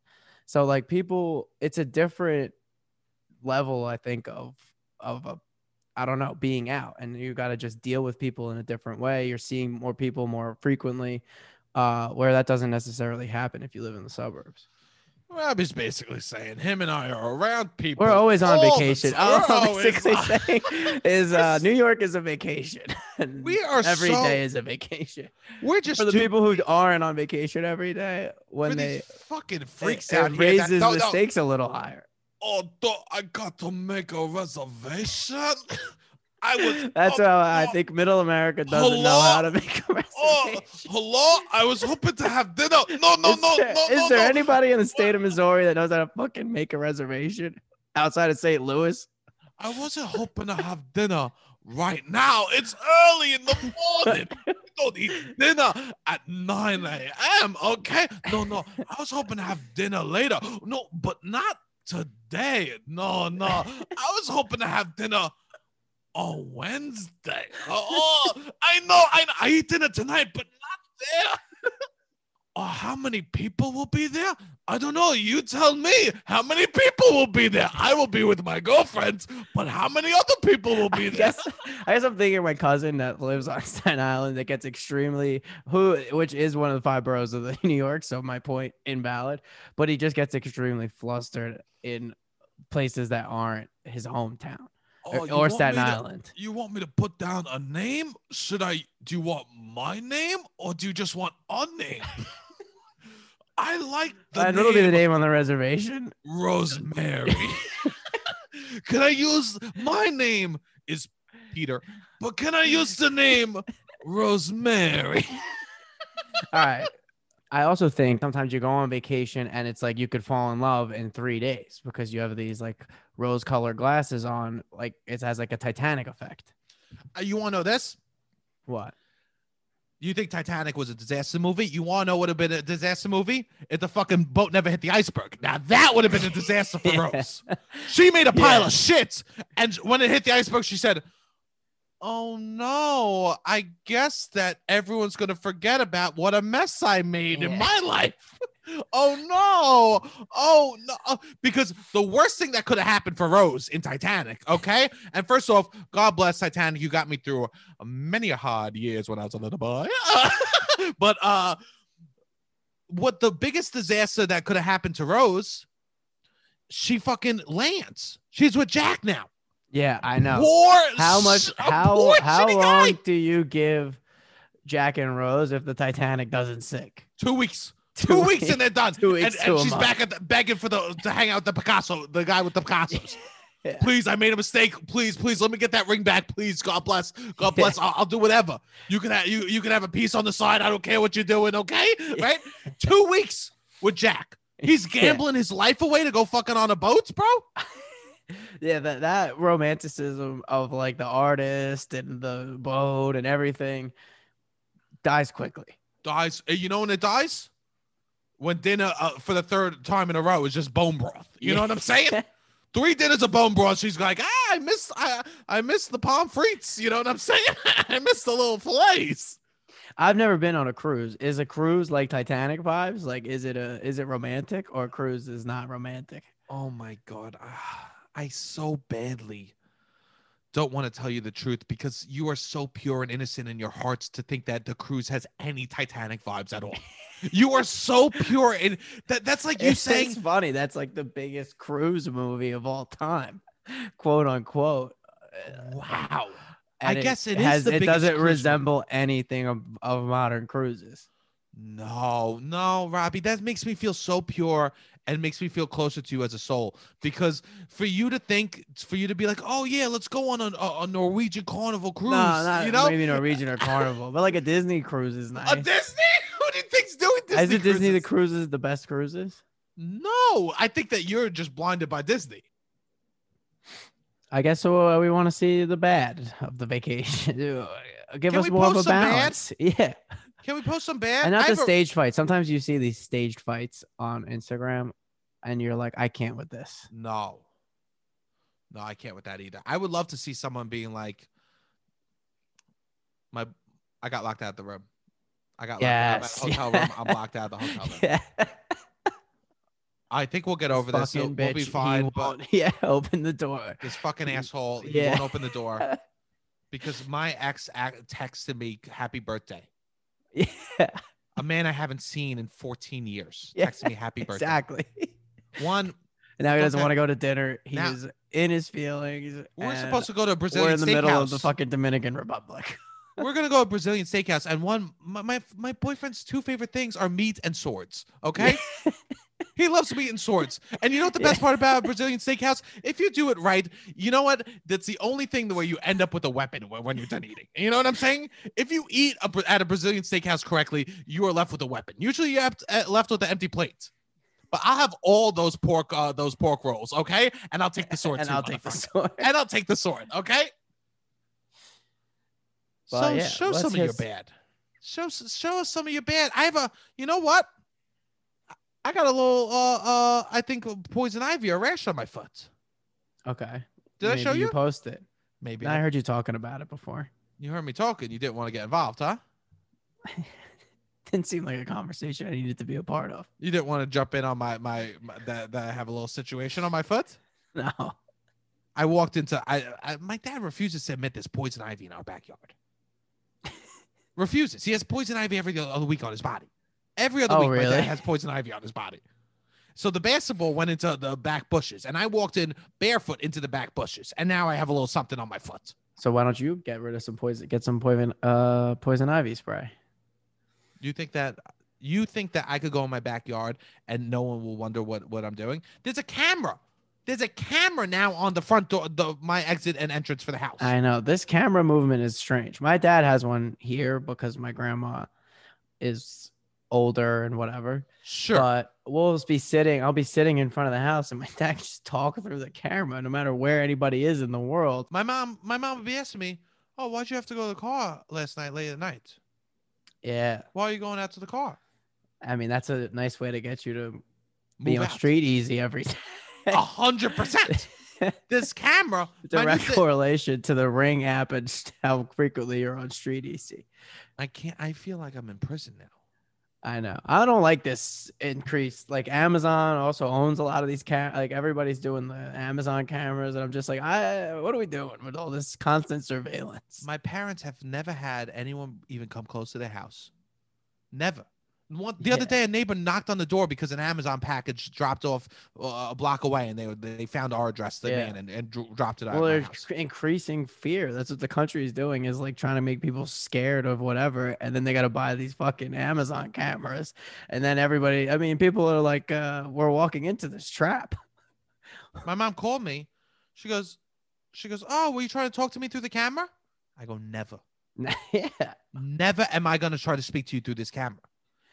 B: so like people it's a different level i think of of a i don't know being out and you got to just deal with people in a different way you're seeing more people more frequently uh where that doesn't necessarily happen if you live in the suburbs
A: Robbie's basically saying him and I are around people.
B: We're always on
A: all the
B: vacation. <laughs>
A: time.
B: All
A: We're
B: I'm
A: always
B: basically
A: on-
B: saying is
A: We're
B: uh,
A: s-
B: New York is a vacation. <laughs> And
A: <laughs> We are
B: every
A: so-
B: day is a vacation
A: We're just
B: for the
A: too-
B: people who aren't on vacation every day.
A: for
B: When
A: these
B: they
A: fucking freaks
B: it,
A: out
B: it
A: here that
B: raises the
A: don't know, Oh,
B: stakes a little higher.
A: Although I got to make a reservation, <laughs> I was.
B: <laughs> That's
A: up
B: how I
A: north.
B: think Middle America doesn't know
A: Hello?
B: how to make a <laughs> reservation.
A: Oh, hello. I was hoping to have dinner. No, no,
B: is
A: no,
B: there,
A: no,
B: is
A: no,
B: there
A: no.
B: anybody in the state of Missouri that knows how to fucking make a reservation outside of St. Louis?
A: I wasn't hoping to have dinner right now. It's early in the morning.
B: <laughs>
A: You don't eat dinner at 9 a.m. Okay. No, no. I was hoping to have dinner later. No, but not today. No, no. I was hoping to have dinner on Wednesday. Oh, I know. I, I eat dinner tonight, but not there. <laughs> Oh, how many people will be there? I don't know. You tell me how many people will be there. I will be with my girlfriends, but how many other people will be <laughs>
B: I
A: there?
B: guess, I guess I'm thinking my cousin that lives on <laughs> Staten Island that gets extremely who, which is one of the five boroughs of the <laughs> New York. So my point invalid, but he just gets extremely flustered in places that aren't his hometown
A: Oh,
B: or,
A: you
B: or
A: want
B: Staten
A: me to-
B: Island.
A: You want me to put down a name? Should I? Do you want my name or do you just want a <laughs> name? I like the
B: And it'll be the
A: name
B: name on the
A: <laughs>
B: reservation.
A: Rosemary. <laughs> can I use my name is Peter, but can I use the <laughs> name Rosemary?
B: All right. I also think sometimes you go on vacation and it's like you could fall in love in three days because you have these like rose colored glasses on. Like it has like a Titanic effect.
A: Uh, You want to know this?
B: What?
A: You think Titanic was a disaster movie? You want to know what would have been a disaster movie? If the fucking boat never hit the iceberg. Now that would have been a disaster
B: <laughs>
A: for
B: Yeah.
A: Rose. She made a pile
B: Yeah.
A: of shit, and when it hit the iceberg, she said, "Oh no, I guess that everyone's gonna forget about what a mess I made
B: Yeah.
A: in my life." <laughs> oh no, oh no, because the worst thing that could have happened for Rose in Titanic, okay? And first off, God bless Titanic. You got me through many a hard years when I was a little boy. <laughs> but uh what the biggest disaster that could have happened to Rose, she fucking lands. She's with Jack now.
B: Yeah, I know.
A: Poor
B: how
A: s-
B: much
A: a
B: how
A: poor
B: how
A: shitty
B: long
A: guy.
B: do you give Jack and Rose if the Titanic doesn't sink? <laughs>
A: Two weeks. Two weeks and they're done.
B: two weeks
A: and
B: to
A: and
B: a
A: she's
B: month.
A: back at the, begging for the to hang out with the Picasso, the guy with the Picassos.
B: <laughs> Yeah.
A: Please, I made a mistake. Please, please, let me get that ring back. Please, God bless, God bless. I'll, I'll do whatever. You can have you you can have a piece on the side. I don't care what you're doing. Okay, right? Two weeks with Jack. He's
B: <laughs> Yeah.
A: gambling his life away to go fucking on a boat, bro.
B: Yeah, that that romanticism of like the artist and the boat and everything dies quickly.
A: Dies. uh, You know when it dies? When dinner uh, for the third time in a row is just bone broth. You know
B: Yeah.
A: what I'm saying? <laughs> Three dinners of bone broth. She's like, ah, I miss, I, I miss the palm frites. You know what I'm saying? <laughs> I miss the little fillets.
B: I've never been on a cruise. Is a cruise like Titanic vibes? Like, is it a is it romantic or a cruise is not romantic?
A: Oh my God. Ah, I so badly don't want to tell you the truth because you are so pure and innocent in your hearts to think that the cruise has any Titanic vibes <laughs> at all. you are so pure. And that, that's like <laughs> you
B: It's
A: saying,
B: funny. That's like the biggest cruise movie of all time, quote unquote.
A: <laughs> wow.
B: And
A: I guess it is
B: has
A: the
B: it
A: biggest
B: doesn't
A: cruise movie.
B: resemble anything of, of modern cruises.
A: No, no, Robbie, that makes me feel so pure and makes me feel closer to you as a soul. Because for you to think, for you to be like, oh yeah, let's go on a, a a Norwegian Carnival cruise,
B: No, not
A: you know,
B: maybe Norwegian or Carnival, but like a Disney cruise is nice.
A: a Disney. <laughs> Who do you think's doing Disney?
B: Isn't Disney the
A: cruises?
B: cruises the best cruises?
A: No, I think that you're just blinded by Disney.
B: I guess so. Uh, we want to see the bad of the vacation. <laughs> Uh, Give
A: Can
B: us
A: we
B: more of a
A: post some bad?
B: balance. <laughs> Yeah.
A: Can we post some bad?
B: and not
A: I
B: the
A: have a-
B: stage fights. Sometimes you see these staged fights on Instagram, and you're like, I can't with this.
A: No. No, I can't with that either. I would love to see someone being like, "My, I got locked out the room. I got
B: Yes.
A: locked out. I'm at a hotel room. I'm locked out
B: <laughs>
A: the hotel room.
B: Yeah,
A: I think we'll get over this.
B: fucking
A: It'll- We'll
B: bitch,
A: be
B: he
A: fine. But
B: won't- <laughs> yeah, open the door.
A: this
B: <laughs>
A: fucking asshole, he
B: Yeah.
A: won't open
B: <laughs>
A: the door because my ex ac- texted me happy birthday.
B: Yeah,
A: A man I haven't seen in 14 years
B: <laughs> Yeah,
A: texted me happy birthday.
B: exactly. <laughs>
A: One,
B: And now he doesn't
A: Okay.
B: want to go to dinner. He's
A: Now-
B: in his feelings.
A: we're
B: and
A: supposed to go to a Brazilian
B: We're in the
A: steakhouse.
B: middle of the fucking Dominican Republic.
A: we're gonna go to Brazilian
B: <laughs>
A: steakhouse, and one my, my my boyfriend's two favorite things are meat and swords. Okay, He loves meat and swords. And you know what the best part about a Brazilian steakhouse? If you do it right, you know what? That's the only thing where you end up with a weapon wh- when you're done eating. You know what I'm saying? If you eat a, Bra- at a Brazilian steakhouse correctly, you are left with a weapon. Usually, you're apt- uh, left with an empty plate. But I'll have all those pork, uh, those pork rolls, okay? And I'll take the sword.
B: and
A: too,
B: I'll take the
A: motherfucker.
B: <laughs> sword.
A: And I'll take the sword, okay?
B: But
A: so
B: yeah,
A: show
B: let's
A: some of your
B: just-
A: bad. Show s- show us some of your bad. I have a. You know what? I- I got a little. Uh, uh, I think poison ivy, a rash on my foot.
B: Okay.
A: Did I
B: Maybe
A: show you?
B: You post it.
A: Maybe
B: I heard you talking about it before.
A: you heard me talking. You didn't want to get involved, huh?
B: <laughs> Didn't seem like a conversation I needed to be a part of. <laughs>
A: You didn't want to jump in on my my, my that, that I have a little situation on my foot.
B: No.
A: I walked into. I, I my dad refuses to admit there's poison ivy in
B: <laughs>
A: our backyard. refuses. He has poison ivy every other week on his body. Every other
B: Oh,
A: week, my
B: really?
A: dad has poison ivy on his body. So the basketball went into the back bushes, and I walked in barefoot into the back bushes, and now I have a little something on my foot.
B: So why don't you get rid of some poison? Get some poison, uh, poison ivy spray.
A: You think that? You think that I could go in my backyard and no one will wonder what what I'm doing? There's a camera. There's a camera now on the front door, the my exit and entrance for the house.
B: I know this camera movement is strange. My dad has one here because my grandma is older and whatever.
A: sure.
B: But we'll just be sitting. I'll be sitting in front of the house, and my <laughs> dad can just talk through the camera, no matter where anybody is in the world.
A: My mom, my mom would be asking me, "Oh, why'd you have to go to the car last night late at night?
B: Yeah,
A: Why are you going out to the car?
B: I mean that's a nice way to get you to be
A: Move
B: on
A: out."
B: street easy every day.
A: A
B: <laughs>
A: hundred percent. This camera, my, new
B: Direct
A: thi-
B: correlation to the Ring app and how frequently you're on street easy.
A: I can't. I feel like I'm in prison now.
B: I know. I don't like this increase. Like Amazon also owns a lot of these cam. Like everybody's doing the Amazon cameras, and I'm just like, I what are we doing with all this constant surveillance?
A: My parents have never had anyone even come close to their house. Never. One, the other
B: Yeah.
A: day, a neighbor knocked on the door because an Amazon package dropped off uh, a block away, and they were- they found our address, the
B: Yeah.
A: man, and, and dro- dropped it out.
B: well,
A: of
B: they're
A: my house.
B: cr- increasing fear. That's what the country is doing. Is like trying to make people scared of whatever, and then they got to buy these fucking Amazon cameras, and then everybody. I mean, people are like, uh, we're walking into this trap. <laughs>
A: My mom called me. She goes, she goes, oh, were you trying to talk to me through the camera? I go, never.
B: yeah,
A: never am I going to try to speak to you through this camera.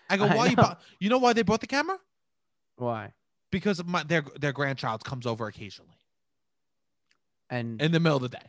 A: I go,
B: I
A: why you?
B: know.
A: bu- you know why they brought the camera?
B: why?
A: Because my their their grandchild comes over occasionally
B: And
A: in the middle of the day.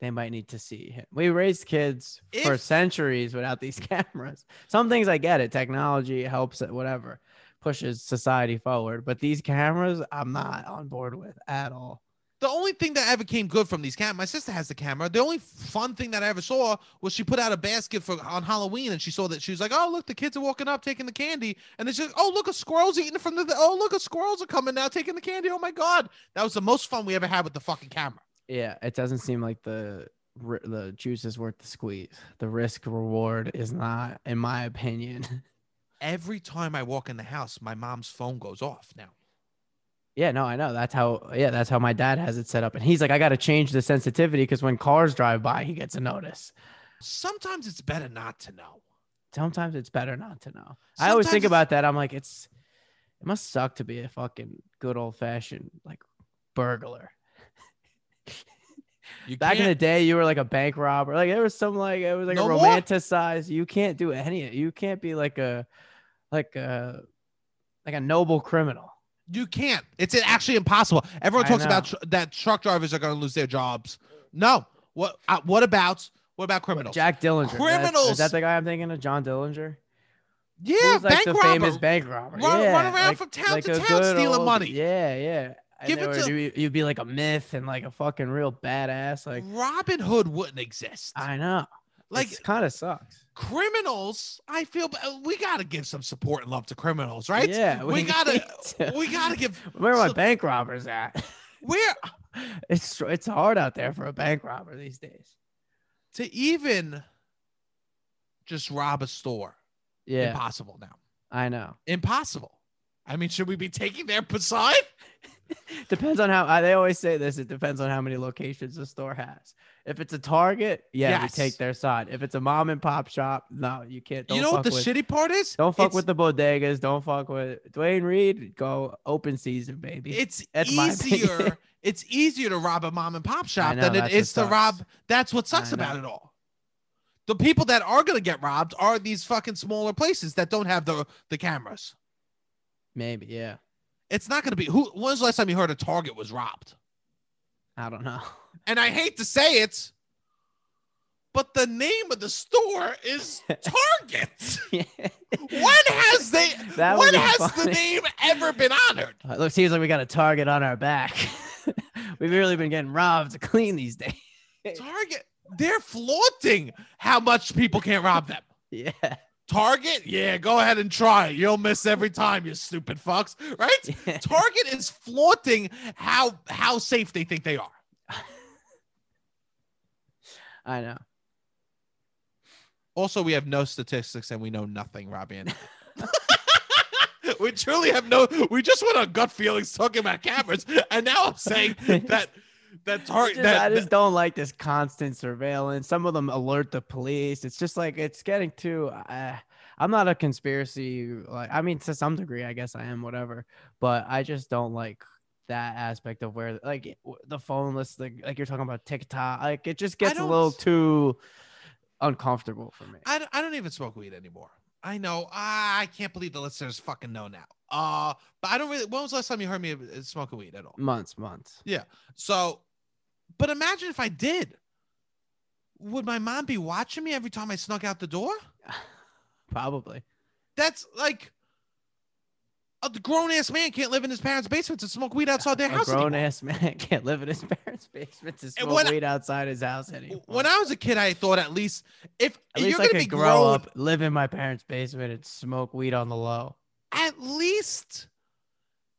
B: they might need to see him. We raised kids for
A: If-
B: centuries without these <laughs> cameras. Some things I get it. Technology helps it, whatever, pushes society forward. But these cameras, I'm not on board with at all.
A: The only thing that ever came good from these cameras, my sister has the camera. The only fun thing that I ever saw was she put out a basket for on Halloween, and she saw that she was like, "Oh, look, the kids are walking up taking the candy," and then she's like, "Oh, look, a squirrel's eating from the. Oh, look, a squirrels are coming now taking the candy. Oh my god, that was the most fun we ever had with the fucking camera."
B: Yeah, it doesn't seem like the ri- the juice is worth the squeeze. The risk reward is not, in my opinion. <laughs>
A: Every time I walk in the house, my mom's phone goes off now.
B: Yeah, no, I know. That's how. Yeah, that's how my dad has it set up, and he's like, "I got to change the sensitivity because when cars drive by, he gets a notice."
A: Sometimes it's better not to know.
B: sometimes it's better not to know. I always
A: Sometimes
B: think
A: it's-
B: about that. I'm like, it's it must suck to be a fucking good old fashioned like burglar.
A: You
B: Back in the day, you were like a bank robber. Like there was some like it was like
A: No
B: a
A: more.
B: romanticized. You can't do any. of it. You can't be like a like a like a noble criminal.
A: You can't. It's actually impossible. Everyone
B: I
A: talks
B: know.
A: about tr- that truck drivers are going to lose their jobs. No. What? Uh, what about? What about criminals?
B: Jack Dillinger. That,
A: Criminals.
B: is that the guy I'm thinking of? John Dillinger.
A: yeah,
B: He was, like
A: bank
B: the
A: robber.
B: famous bank robber.
A: Run-
B: yeah,
A: run around
B: like-
A: from town
B: like
A: to
B: a
A: town
B: good
A: stealing
B: old-
A: money.
B: Yeah, yeah. And
A: Give
B: they
A: it
B: would-
A: to-
B: you- you'd be like a myth and like a fucking real badass. Like
A: Robin Hood wouldn't exist.
B: I know.
A: like
B: Like kind of sucks.
A: criminals, I feel b- we got to give some support and love to criminals, right?
B: Yeah.
A: We gotta-
B: <laughs> need to-
A: We got to give.
B: Where are my
A: so-
B: bank robbers at?
A: Where
B: It's it's hard out there for a bank robber these days.
A: to even just rob a store?
B: Yeah,
A: Impossible now.
B: I know.
A: Impossible. I mean, should we be taking their side?
B: <laughs> depends on how I, they always say this. It depends on how many locations the store has. If it's a Target, yeah,
A: Yes.
B: you take their side. If it's a mom and pop shop, no, you can't. Don't
A: You know what
B: fuck
A: the
B: with,
A: shitty part is?
B: Don't fuck
A: It's-
B: with the bodegas. Don't fuck with Dwayne Reed. Go open season, baby.
A: It's
B: That's my opinion. <laughs>
A: easier. It's easier to rob a mom and pop shop
B: know,
A: than it
B: that's
A: is to
B: what
A: rob.
B: sucks.
A: That's what sucks
B: I know.
A: about it all. The people that are gonna get robbed are these fucking smaller places that don't have the the cameras.
B: Maybe, yeah.
A: It's not gonna be who. When was the last time you heard a Target was robbed?
B: I don't know. <laughs>
A: And I hate to say it, but the name of the store
B: <laughs>
A: is Target.
B: Yeah.
A: when has they?
B: <laughs> That
A: when
B: would've been
A: has the
B: funny.
A: name ever been honored?
B: Uh, It seems like we got a target on our back. <laughs> We've really been getting robbed to clean these days. <laughs>
A: Target. They're flaunting how much people can't rob them.
B: Yeah. <laughs>
A: Target? Yeah, go ahead and try. it. You'll miss every time, you stupid fucks. Right? Target is flaunting how how safe they think they are.
B: I know.
A: Also, we have no statistics and we know nothing, Robin. <laughs> we truly have no we just went on gut feelings talking about cameras. And now
B: <laughs>
A: I'm saying that that
B: I
A: target
B: just,
A: that,
B: I just don't like this constant surveillance. Some of them alert the police. It's just like it's getting too. Uh, I'm not a conspiracy. Like I mean, to some degree, I guess I am. Whatever, but I just don't like that aspect of where like w- the phoneless, like like you're talking about TikTok. Like it just gets a
A: don't-
B: little too uncomfortable for me.
A: I, don't- I don't even smoke weed anymore. I know. Ah, I can't believe the listeners fucking know now. Uh, but I don't really. When was the last time you heard me uh, smoking weed at all?
B: months, months. <laughs>
A: So, but imagine if I did. Would my mom be watching me every time I snuck out the door?
B: Probably.
A: That's like a grown ass man can't live in his parents' basement to smoke weed outside their
B: A
A: house.
B: grown
A: anymore.
B: ass <laughs> man can't live in his parents' basement to smoke
A: when I-
B: weed outside his house anymore.
A: When I was a kid, I thought at least if
B: At least
A: you're
B: I
A: gonna
B: could
A: be
B: grow
A: grown,
B: up, live in my parents' basement, and smoke weed on the low.
A: at least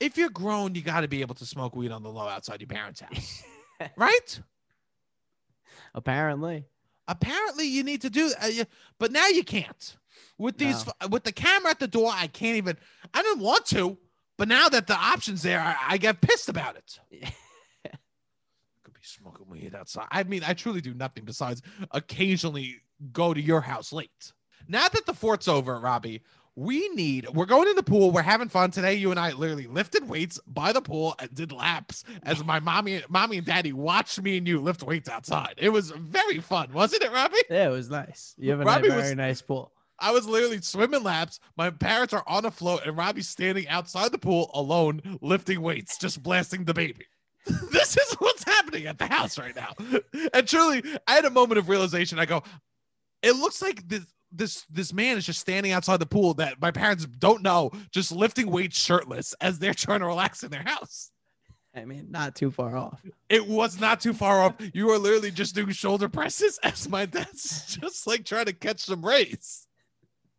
A: if you're grown, you got to be able to smoke weed on the low outside your parents' house, right?
B: Apparently,
A: Apparently, you need to do, uh, you- but now you can't. With these,
B: No.
A: fu- with the camera at the door, I can't even. I didn't want to, but now that the options there, I, I get pissed about it. Could be smoking weed outside. I mean, I truly do nothing besides occasionally go to your house late. Now that the fort's over, Robbie, we need. We're going in the pool. We're having fun today. You and I literally lifted weights by the pool and did laps as my mommy, mommy and daddy watched me and you lift weights outside. It was very fun, wasn't it, Robbie?
B: yeah, it was nice. You have a
A: Robbie
B: ni- very
A: was-
B: nice pool.
A: I was literally swimming laps. My parents are on a float, and Robbie's standing outside the pool alone, lifting weights, just blasting the baby. <laughs> this is what's happening at the house right now. And truly, I had a moment of realization. I go, it looks like this this this man is just standing outside the pool that my parents don't know, just lifting weights shirtless as they're trying to relax in their house.
B: I mean, not too far <laughs> off.
A: It was not too far off. You are literally just doing shoulder presses <laughs> as my dad's just like trying to catch some rays. <laughs>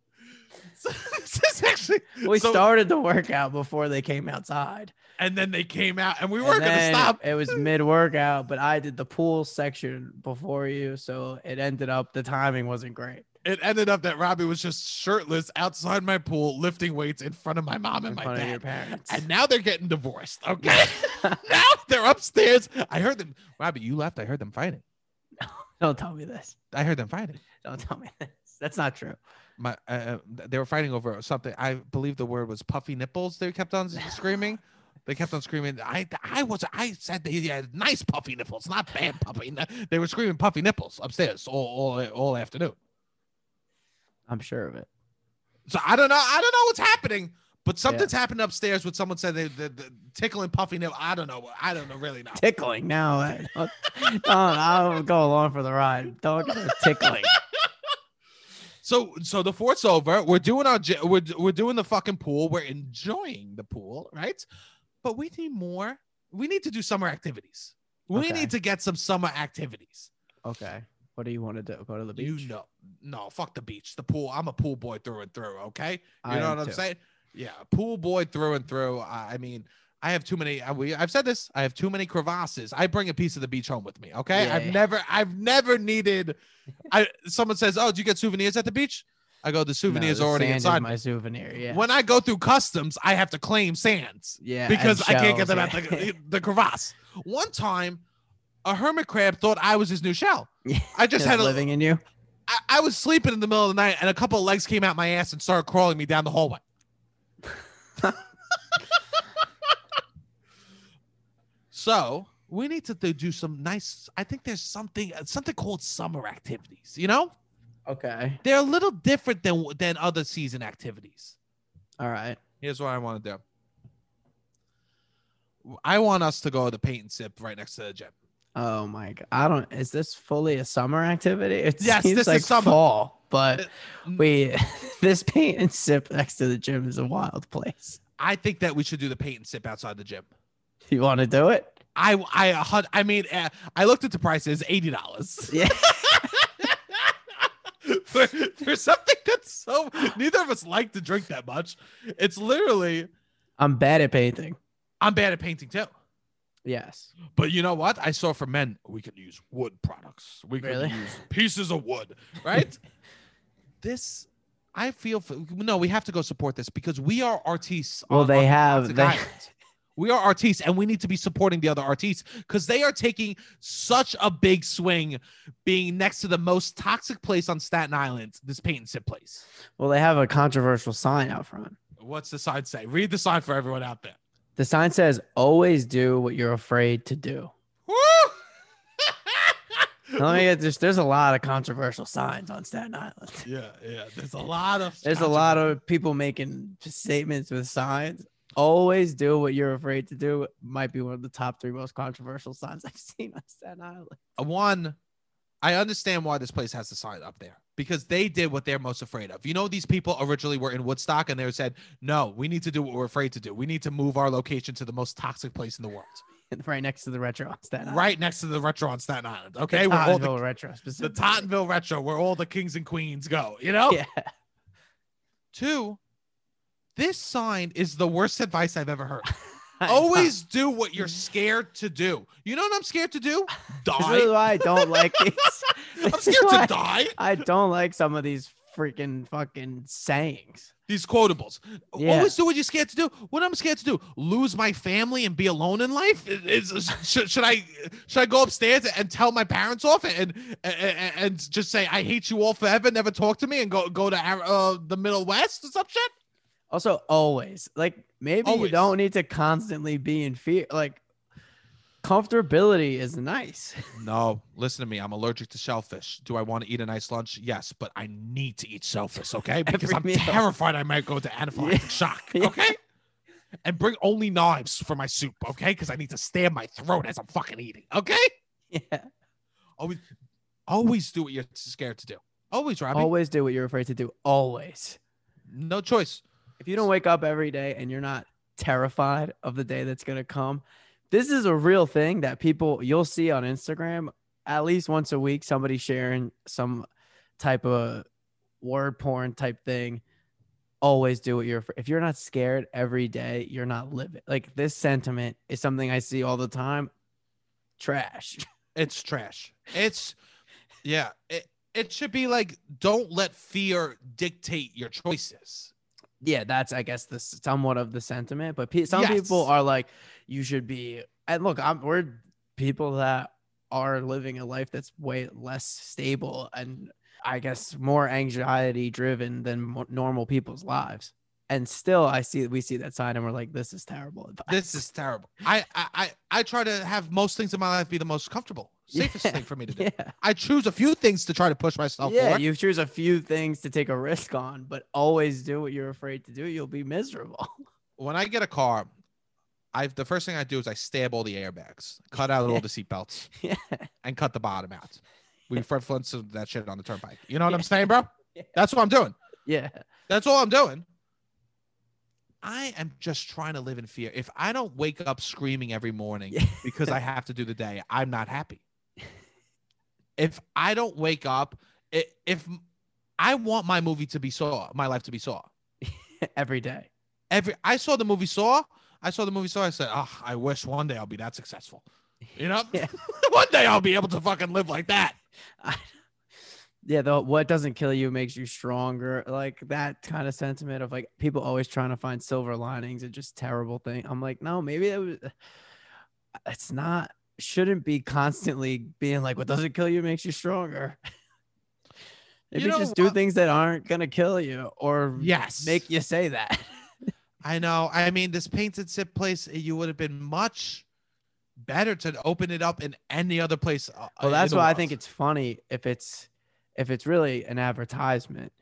A: So this is actually
B: We
A: so-
B: started the workout before they came outside.
A: and then they came out and we
B: and
A: weren't
B: then
A: gonna stop.
B: It was mid workout, but I did the pool section before you, so it ended up the timing wasn't great
A: It ended up that Robbie was just shirtless outside my pool lifting weights in front of my mom
B: in
A: and my
B: front of your
A: dad.
B: parents.
A: And now they're getting divorced. Okay. <laughs>
B: <laughs>
A: now they're upstairs. I heard them Robbie, you left. I heard them fighting.
B: Don't tell me this.
A: I heard them fighting.
B: Don't tell me this. That's not true.
A: my uh, uh, th- they were fighting over something. I believe the word was puffy nipples. They kept on s- screaming. They kept on screaming. I I was I said they had nice puffy nipples, not bad puffy. ni- They were screaming puffy nipples upstairs all all, all afternoon.
B: I'm sure of it.
A: So I don't know. I don't know what's happening, but something's happened upstairs. When someone said they, they, they tickling puffy nipple. I don't know. I don't know really know.
B: tickling now. <laughs> I Don't, don't- I'll go along for the ride. Don't get the tickling.
A: So so the fort's over. We're doing our j- we're d- we're doing the fucking pool. We're enjoying the pool, right? But we need more. We need to do summer activities. We
B: Okay.
A: need to get some summer activities.
B: Okay. What do you want to do? Go to the beach?
A: You know, no, fuck the beach, the pool. I'm a pool boy through and through. Okay, you
B: I
A: know
B: am
A: what I'm
B: too.
A: saying? Yeah, pool boy through and through. I, I mean, I have too many. I, we, I've said this. I have too many crevasses. I bring a piece of the beach home with me. Okay,
B: Yeah,
A: I've
B: yeah.
A: never, I've never needed. I someone says, "Oh, do you get souvenirs at the beach?" I go, the souvenir's
B: No, the
A: already
B: sand is
A: inside.
B: my souvenir. Yeah.
A: When I go through customs, I have to claim sands
B: yeah. and
A: because I can't get
B: shells,
A: them
B: yeah.
A: out the, the crevasse. One time, a hermit crab thought I was his
B: <laughs>
A: new shell.
B: Yeah,
A: I <laughs> just had a,
B: living in you.
A: I, I was sleeping in the middle of the night and a couple of legs came out my ass and started crawling me down the hallway. so we need to do- do some nice. I think there's something uh, something called summer activities. You know,
B: Okay.
A: they're a little different than than other season activities.
B: All right.
A: Here's what I want to do. I want us to go to paint and sip right next to the gym.
B: Oh my god. I don't is this fully a summer activity? It
A: Yes,
B: seems
A: this is
B: like
A: summer. mm.
B: fall, but
A: Th-
B: we <laughs> this paint and sip next to the gym is a wild place.
A: I think that we should do the paint and sip outside the gym.
B: You want to do it?
A: I I a hun- I mean uh, I looked at the prices eighty dollars
B: <laughs> Yeah.
A: <laughs> for, for something that's so neither of us like to drink that much. It's literally
B: I'm bad at painting.
A: I'm bad at painting too.
B: Yes.
A: But you know what? I saw for men we can use wood products. We can
B: Really?
A: use pieces of wood,
B: <laughs>
A: right? this I feel for, no. We have to go support this because we are artists.
B: Well,
A: on-
B: they
A: on
B: have
A: Toxic
B: they,
A: Island. We are artists and we need to be supporting the other artists because they are taking such a big swing being next to the most toxic place on Staten Island, this paint and sip place.
B: well they have a controversial sign out front.
A: What's the sign say? Read the sign for everyone out there.
B: The sign says always do what you're afraid to do.
A: <laughs> Woo!
B: Let me get this. There's a lot of controversial signs on Staten Island.
A: yeah, yeah. There's a lot of
B: There's a lot of people making statements with signs. Always do what you're afraid to do. Might be one of the top three most controversial signs I've seen on Staten Island. <laughs>
A: one i understand why this place has the sign up there because they did what they're most afraid of you know these people originally were in woodstock and they said no we need to do what we're afraid to do we need to move our location to the most toxic place in the world
B: Right next to the retro on Staten Island.
A: right next to the retro on staten island
B: The
A: okay where all the,
B: Tottenville retro
A: the
B: specifically. <laughs>
A: tottenville retro where all the kings and queens go you know
B: Yeah.
A: two this sign is the worst advice i've ever heard
B: <laughs> I know.
A: always do what you're scared to do you know what i'm scared to
B: <laughs>
A: do
B: This is
A: die
B: why I don't like these. <laughs>
A: <laughs> i'm
B: This is
A: scared to
B: why
A: die
B: I don't like some of these freaking fucking sayings.
A: these quotables.
B: Yeah.
A: Always do what you're scared to do. What I'm scared to do: lose my family and be alone in life. Is, is- should, should I should I go upstairs and tell my parents off and and, and, and just say I hate you all forever, never talk to me, and go go to Ar- uh, the Middle West or some shit?
B: Also, always like maybe
A: Always.
B: you don't need to constantly be in fear. Like comfortability is nice. <laughs>
A: No, listen to me. I'm allergic to shellfish. Do I want to eat a nice lunch? Yes, but I need to eat shellfish, <laughs> okay? Because
B: Every
A: I'm
B: meal.
A: terrified I might go to anaphylactic
B: Yeah.
A: <laughs> shock,
B: Yeah.
A: okay? And bring only knives for my soup, okay? Because I need to stab my throat as I'm fucking eating, okay?
B: Yeah.
A: Always, always do what you're scared to do. Always, Robbie.
B: always do what you're afraid to do. Always.
A: No choice.
B: If you don't wake up every day and you're not terrified of the day that's going to come, this is a real thing that people you'll see on Instagram at least once a week. Somebody sharing some type of word porn type thing. Always do what you're. If you're not scared every day, you're not living. Like this sentiment is something I see all the time. Trash.
A: It's trash. It's yeah. It it should be like don't let fear dictate your choices.
B: yeah, that's I guess the s- somewhat of the sentiment. But pe- some people
A: Yes.
B: are like, you should be. And look, I'm we're people that are living a life that's way less stable and I guess more anxiety driven than mo- normal people's lives. And still, I see we see that sign and we're like, this is terrible <laughs> advice.
A: This is terrible. I I I, I try to have most things in my life be the most comfortable, safest
B: Yeah.
A: thing for me to
B: <laughs>
A: do.
B: yeah,
A: I choose a few things to try to push myself
B: yeah.
A: for.
B: You choose a few things to take a risk on, but always do what you're afraid to do. You'll be miserable. <laughs>
A: when I get a car, I the first thing I do is I stab all the airbags, cut out
B: <laughs>
A: all the seatbelts,
B: Yeah.
A: and cut the bottom out.
B: <laughs>
A: We Fred Flintstone that shit on the turnpike. You know what I'm saying, bro?
B: Yeah.
A: That's what I'm doing.
B: yeah,
A: That's all I'm doing. I am just trying to live in fear. If I don't wake up screaming every morning
B: Yeah.
A: because I have to do the day, I'm
B: <laughs>
A: not happy. If I don't wake up, i- if I want my movie to be Saw, my life to be Saw.
B: every day.
A: Every I saw the movie Saw. I saw the movie Saw. I said, "Ah, I wish one day I'll be that <laughs> successful." You know,
B: <laughs> Yeah.
A: one day I'll be able to fucking live like that.
B: I, yeah, the what doesn't kill you makes you stronger. Like that kind of sentiment of like people always trying to find silver linings and just terrible thing. I'm like, no, maybe it was <sighs> it's not shouldn't be constantly being like what doesn't kill you makes you stronger. <laughs> Maybe
A: know
B: just do
A: what-
B: things that aren't gonna kill you or
A: Yes.
B: make you say that. <laughs>
A: I know. I mean, this painted sip place, eh, you would have been much better to open it up in any other place. uh,
B: Well,
A: in
B: that's
A: the
B: why I
A: world.
B: think it's funny if it's if it's really an advertisement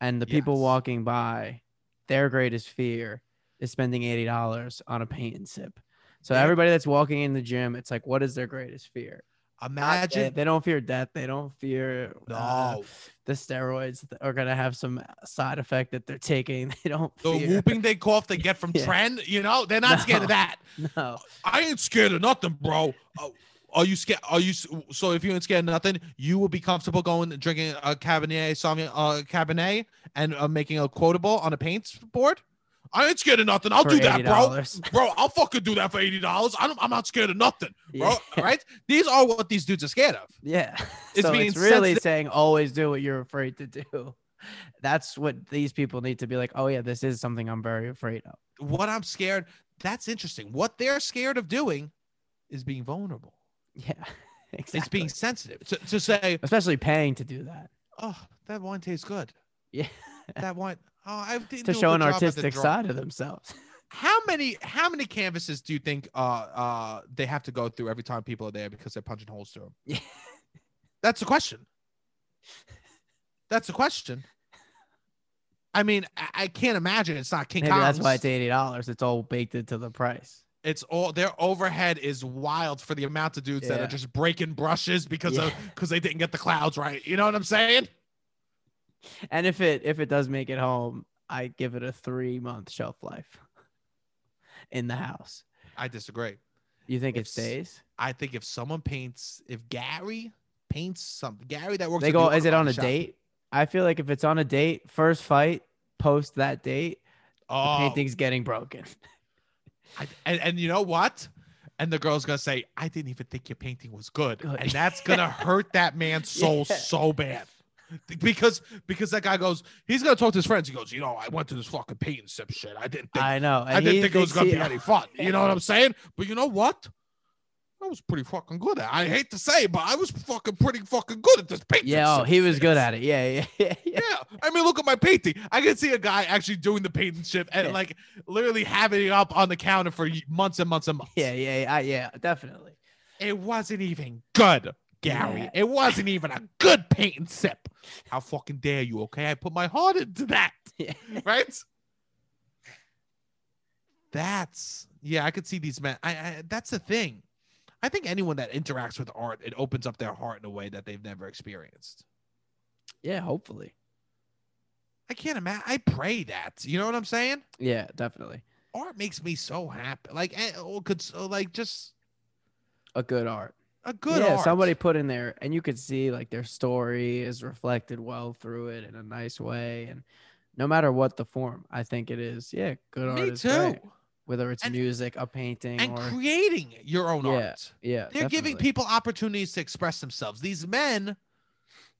B: and the people
A: Yes.
B: walking by, their greatest fear is spending eighty dollars on a paint and sip. So
A: Yeah.
B: everybody that's walking in the gym, it's like, what is their greatest fear? Not death.
A: Imagine.
B: they don't fear death. They don't fear uh,
A: No,
B: the steroids that are gonna have some side effect that they're taking. <laughs> They don't
A: the
B: fear.
A: whooping they cough they get from
B: <laughs> Yeah.
A: trend, you know, they're not scared
B: <laughs>
A: of
B: No.
A: that.
B: No,
A: I ain't scared of nothing, bro. Oh, Are you scared? Are you s- so? If you ain't scared of nothing, you will be comfortable going and drinking a cabernet sauvignon, uh, cabernet, and uh, making a quotable on a paint board. I ain't scared of nothing. I'll
B: for
A: do that, bro.
B: $80.
A: Bro, I'll fucking do that for eighty dollars. I'm I'm not scared of nothing, bro.
B: Yeah.
A: Right? These are what these dudes are scared of.
B: Yeah. <laughs>
A: It's
B: so
A: being
B: it's really
A: sensitive.
B: saying always do what you're afraid to do. <laughs> That's what these people need to be like, oh yeah, this is something I'm very afraid of. <laughs>
A: What I'm scared. That's interesting. What they're scared of doing is being vulnerable.
B: Yeah. <laughs> Exactly.
A: It's being sensitive. To, to say,
B: especially paying to do that.
A: oh, that wine tastes good.
B: Yeah.
A: That wine. Oh, I didn't
B: to
A: do a
B: show an
A: good job at the
B: artistic
A: draw-
B: side of themselves.
A: how many how many canvases do you think uh uh they have to go through every time people are there because they're punching holes through them?
B: Yeah.
A: That's the question. That's the question. I mean, I, I can't imagine it's not King
B: Maybe that's why
A: Kong's.
B: it's eighty dollars. It's all baked into the price.
A: It's all their overhead is wild for the amount of dudes that
B: Yeah.
A: are just breaking brushes because of
B: Yeah.
A: because they didn't get the clouds right. You know what I'm saying?
B: And if it if it does make it home, I give it a three month shelf life <laughs> in the house.
A: I disagree.
B: You think it
A: It's-
B: stays?
A: I think if someone paints, if Gary paints something, Gary that works.
B: They
A: at
B: go,
A: the
B: is it
A: autobody
B: on a
A: shop-
B: date? I feel like if it's on a date, first fight, post that date, the
A: Oh,
B: painting's getting broken.
A: I, and, and you know what? And the girl's gonna say, "I didn't even think your painting was good,"
B: Good.
A: and
B: <laughs>
A: that's gonna hurt that man's soul
B: Yeah.
A: so bad, because because that guy goes, he's gonna talk to his friends. He goes, "You know, I went to this fucking paint and sip shit. I didn't think
B: I know. And
A: I
B: he
A: didn't think it was
B: thinks
A: gonna
B: he-
A: be any fun." You know what I'm saying? But you know what? I was pretty fucking good at. It. I hate to say, but I was fucking pretty fucking good at this
B: <laughs>
A: painting.
B: Yeah, oh, he was good at it. Yeah, <laughs> yeah, yeah, yeah.
A: Yeah, I mean, look at my painting. I can see a guy actually doing the painting ship and
B: Yeah.
A: like literally having it up on the counter for ye- months and months and months.
B: Yeah, yeah, yeah, I- yeah, definitely.
A: It wasn't even good, Gary.
B: Yeah.
A: It wasn't even a good painting sip. How fucking dare you? Okay, I put my heart into that,
B: Yeah.
A: <laughs> right? That's yeah. I could see these men. I, I that's the thing. I think anyone that interacts with art, it opens up their heart in a way that they've never experienced.
B: Yeah, hopefully.
A: I can't imagine. I pray that. You know what I'm saying?
B: Yeah, definitely.
A: art makes me so happy. Like, eh, oh, could so, like just
B: A good art.
A: a good
B: yeah,
A: art.
B: somebody put in there and you could see like their story is reflected well through it in a nice way and no matter what the form, I think it is. Yeah, good art
A: me
B: is
A: too,
B: great. Whether it's
A: And-
B: music, a painting
A: and
B: or
A: creating your own
B: Yeah,
A: art.
B: yeah.
A: They're giving
B: definitely.
A: people opportunities to express themselves. These men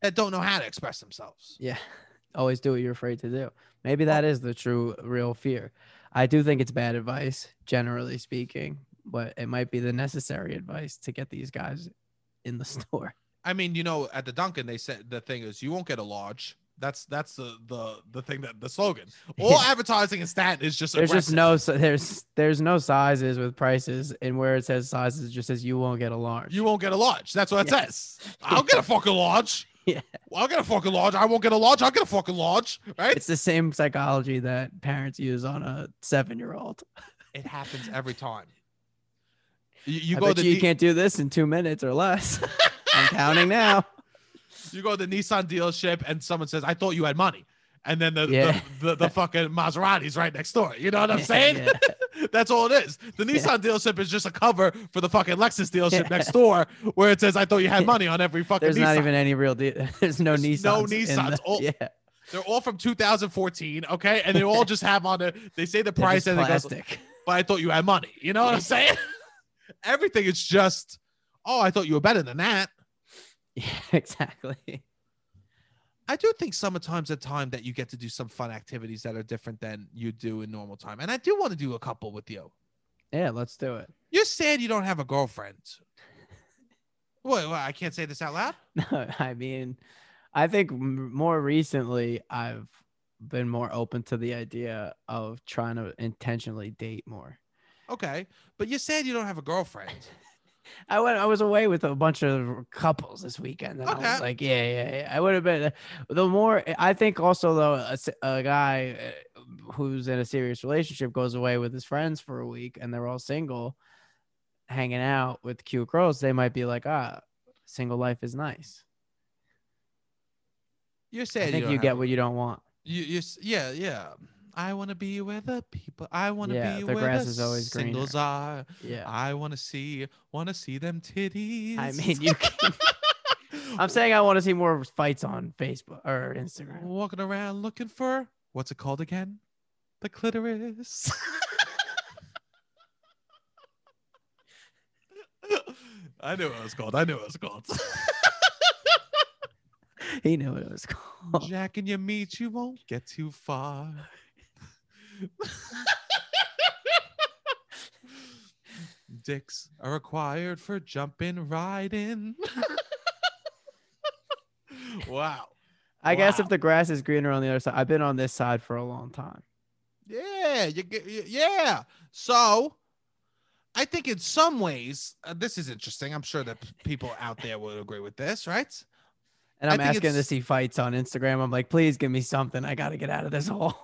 A: that don't know how to express themselves.
B: Yeah. <laughs> Always do what you're afraid to do. Maybe that is the true real fear. I do think it's bad advice, generally speaking, but it might be the necessary advice to get these guys in the <laughs>
A: <laughs>
B: store.
A: I mean, you know, at the Dunkin', they said the thing is you won't get a large. That's that's the the the thing that the slogan.
B: <laughs>
A: All
B: Yeah.
A: advertising in Staten is just
B: There's just
A: aggressive.
B: no si- there's there's no sizes with prices, and where it says sizes, it just says you won't get a large.
A: You won't get a large. That's what it
B: Yeah.
A: says.
B: <laughs>
A: I'll get a fucking large.
B: Yeah.
A: I'll get a fucking large. I won't get a large. I'll get a fucking large.
B: <laughs>
A: Right?
B: It's the same psychology that parents use on a seven year old.
A: It happens every time. You, you
B: I
A: go
B: bet
A: to
B: you, you
A: Ni-
B: can't do this in two minutes or
A: <laughs>
B: less. <laughs> I'm counting now.
A: you go to the Nissan dealership and someone says, "I thought you had money," and then the
B: Yeah.
A: the, the, the fucking Maserati's right next door. You know what I'm
B: <laughs> Yeah,
A: saying?
B: yeah.
A: That's all it is. The
B: Yeah.
A: Nissan dealership is just a cover for the fucking Lexus dealership
B: Yeah.
A: next door, where it says, "I thought you had
B: Yeah.
A: money" on every fucking.
B: There's
A: Nissan.
B: not even any real deal. <laughs> There's no
A: There's
B: Nissan.
A: no Nissans. Oh,
B: <laughs>
A: All-
B: yeah,
A: They're all from 2014, okay, and they all just have on the. They say the
B: they're
A: price
B: just
A: and it
B: <laughs>
A: goes,
B: plastic.
A: but I thought you had money. You know what I'm saying? <laughs> Everything is just, oh, I thought you were better than that.
B: Yeah, exactly.
A: I do think summertime's a time that you get to do some fun activities that are different than you do in normal time. And I do want to do a couple with you.
B: Yeah, let's do it. <laughs>
A: You're sad you don't have a girlfriend. Wait, wait, I can't say this out loud.
B: No, I mean, I think m- more recently I've been more open to the idea of trying to intentionally date more.
A: Okay, but you're sad you don't have a girlfriend.
B: I went. I was away with a bunch of couples this weekend, and I
A: Okay.
B: was like, "Yeah, yeah." yeah. I would have been uh, the more. I think also though, a, s- a guy uh, who's in a serious relationship goes away with his friends for a week, and they're all single, hanging out with cute girls. They might be like, "Ah, single life is nice."
A: You're
B: I
A: sad.
B: think
A: don't
B: you
A: have
B: get
A: a-
B: what you don't want.
A: You, you, s- yeah, yeah. I want to be where the people. I want to
B: Yeah,
A: be
B: the
A: where
B: grass
A: the
B: is always greener.
A: singles are.
B: Yeah.
A: I want to see, want to see them titties.
B: I
A: <laughs>
B: mean, you can. I'm saying I want to see more fights on Facebook or Instagram.
A: walking around looking for what's it called again? The clitoris. <laughs> I knew what it was called. I knew what it was called.
B: He knew what it was <laughs> called.
A: Jack and your meat, you won't get too far. Dicks are required for jumping, riding. wow.
B: I guess if
A: Wow.
B: the grass is greener on the other side, I've been on this side for a long time.
A: Yeah, you get, y- yeah. So, I think in some ways, uh, this is interesting. I'm sure that p- people out there would agree with this, right?
B: And
A: I
B: I'm
A: think
B: asking to
A: it's-
B: see fights on Instagram. I'm like, please give me something. I got to get out of this
A: <laughs>
B: hole.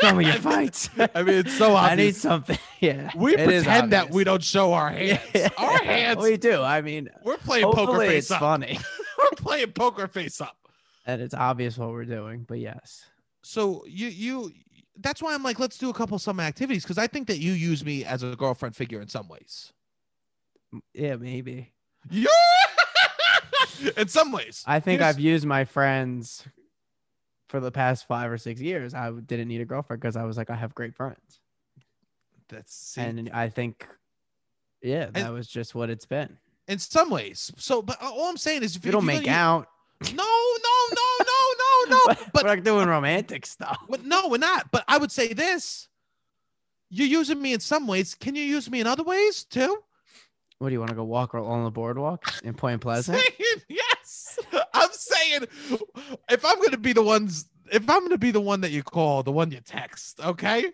B: Show me your fights.
A: I mean, it's so
B: <laughs> I need
A: obvious.
B: something. Yeah.
A: We
B: it is
A: pretend that
B: obvious.
A: we don't show our hands.
B: <laughs>
A: <laughs>
B: Yeah.
A: Our hands.
B: We do. I mean,
A: We're playing poker
B: hopefully
A: face
B: it's
A: up.
B: funny <laughs>
A: We're playing poker face up.
B: and it's obvious what we're doing, but yes.
A: So you you that's why I'm like, let's do a couple summer activities because I think that you use me as a girlfriend figure in some ways.
B: Yeah, maybe.
A: Yeah. <laughs> in some ways.
B: I think
A: Here's-
B: I've used my friends for the past five or six years. I didn't need a girlfriend because I was like, I have great friends.
A: that's see,
B: And I think, yeah, that was just what it's been.
A: in some ways. So but uh, all I'm saying is if
B: We
A: you-
B: don't
A: if you're
B: make
A: gonna
B: out.
A: use- No, no, no, <laughs>
B: <laughs>
A: no, no, no.
B: We're-
A: but
B: we're not doing romantic stuff.
A: but no, we're not. But I would say this. You're using me in some ways. Can you use me in other ways too?
B: What do you want to go walk or on the boardwalk in Point
A: <laughs>
B: Pleasant?
A: Saying yes. I'm saying if I'm gonna be the ones, if I'm gonna be the one that you call, the one you text, okay?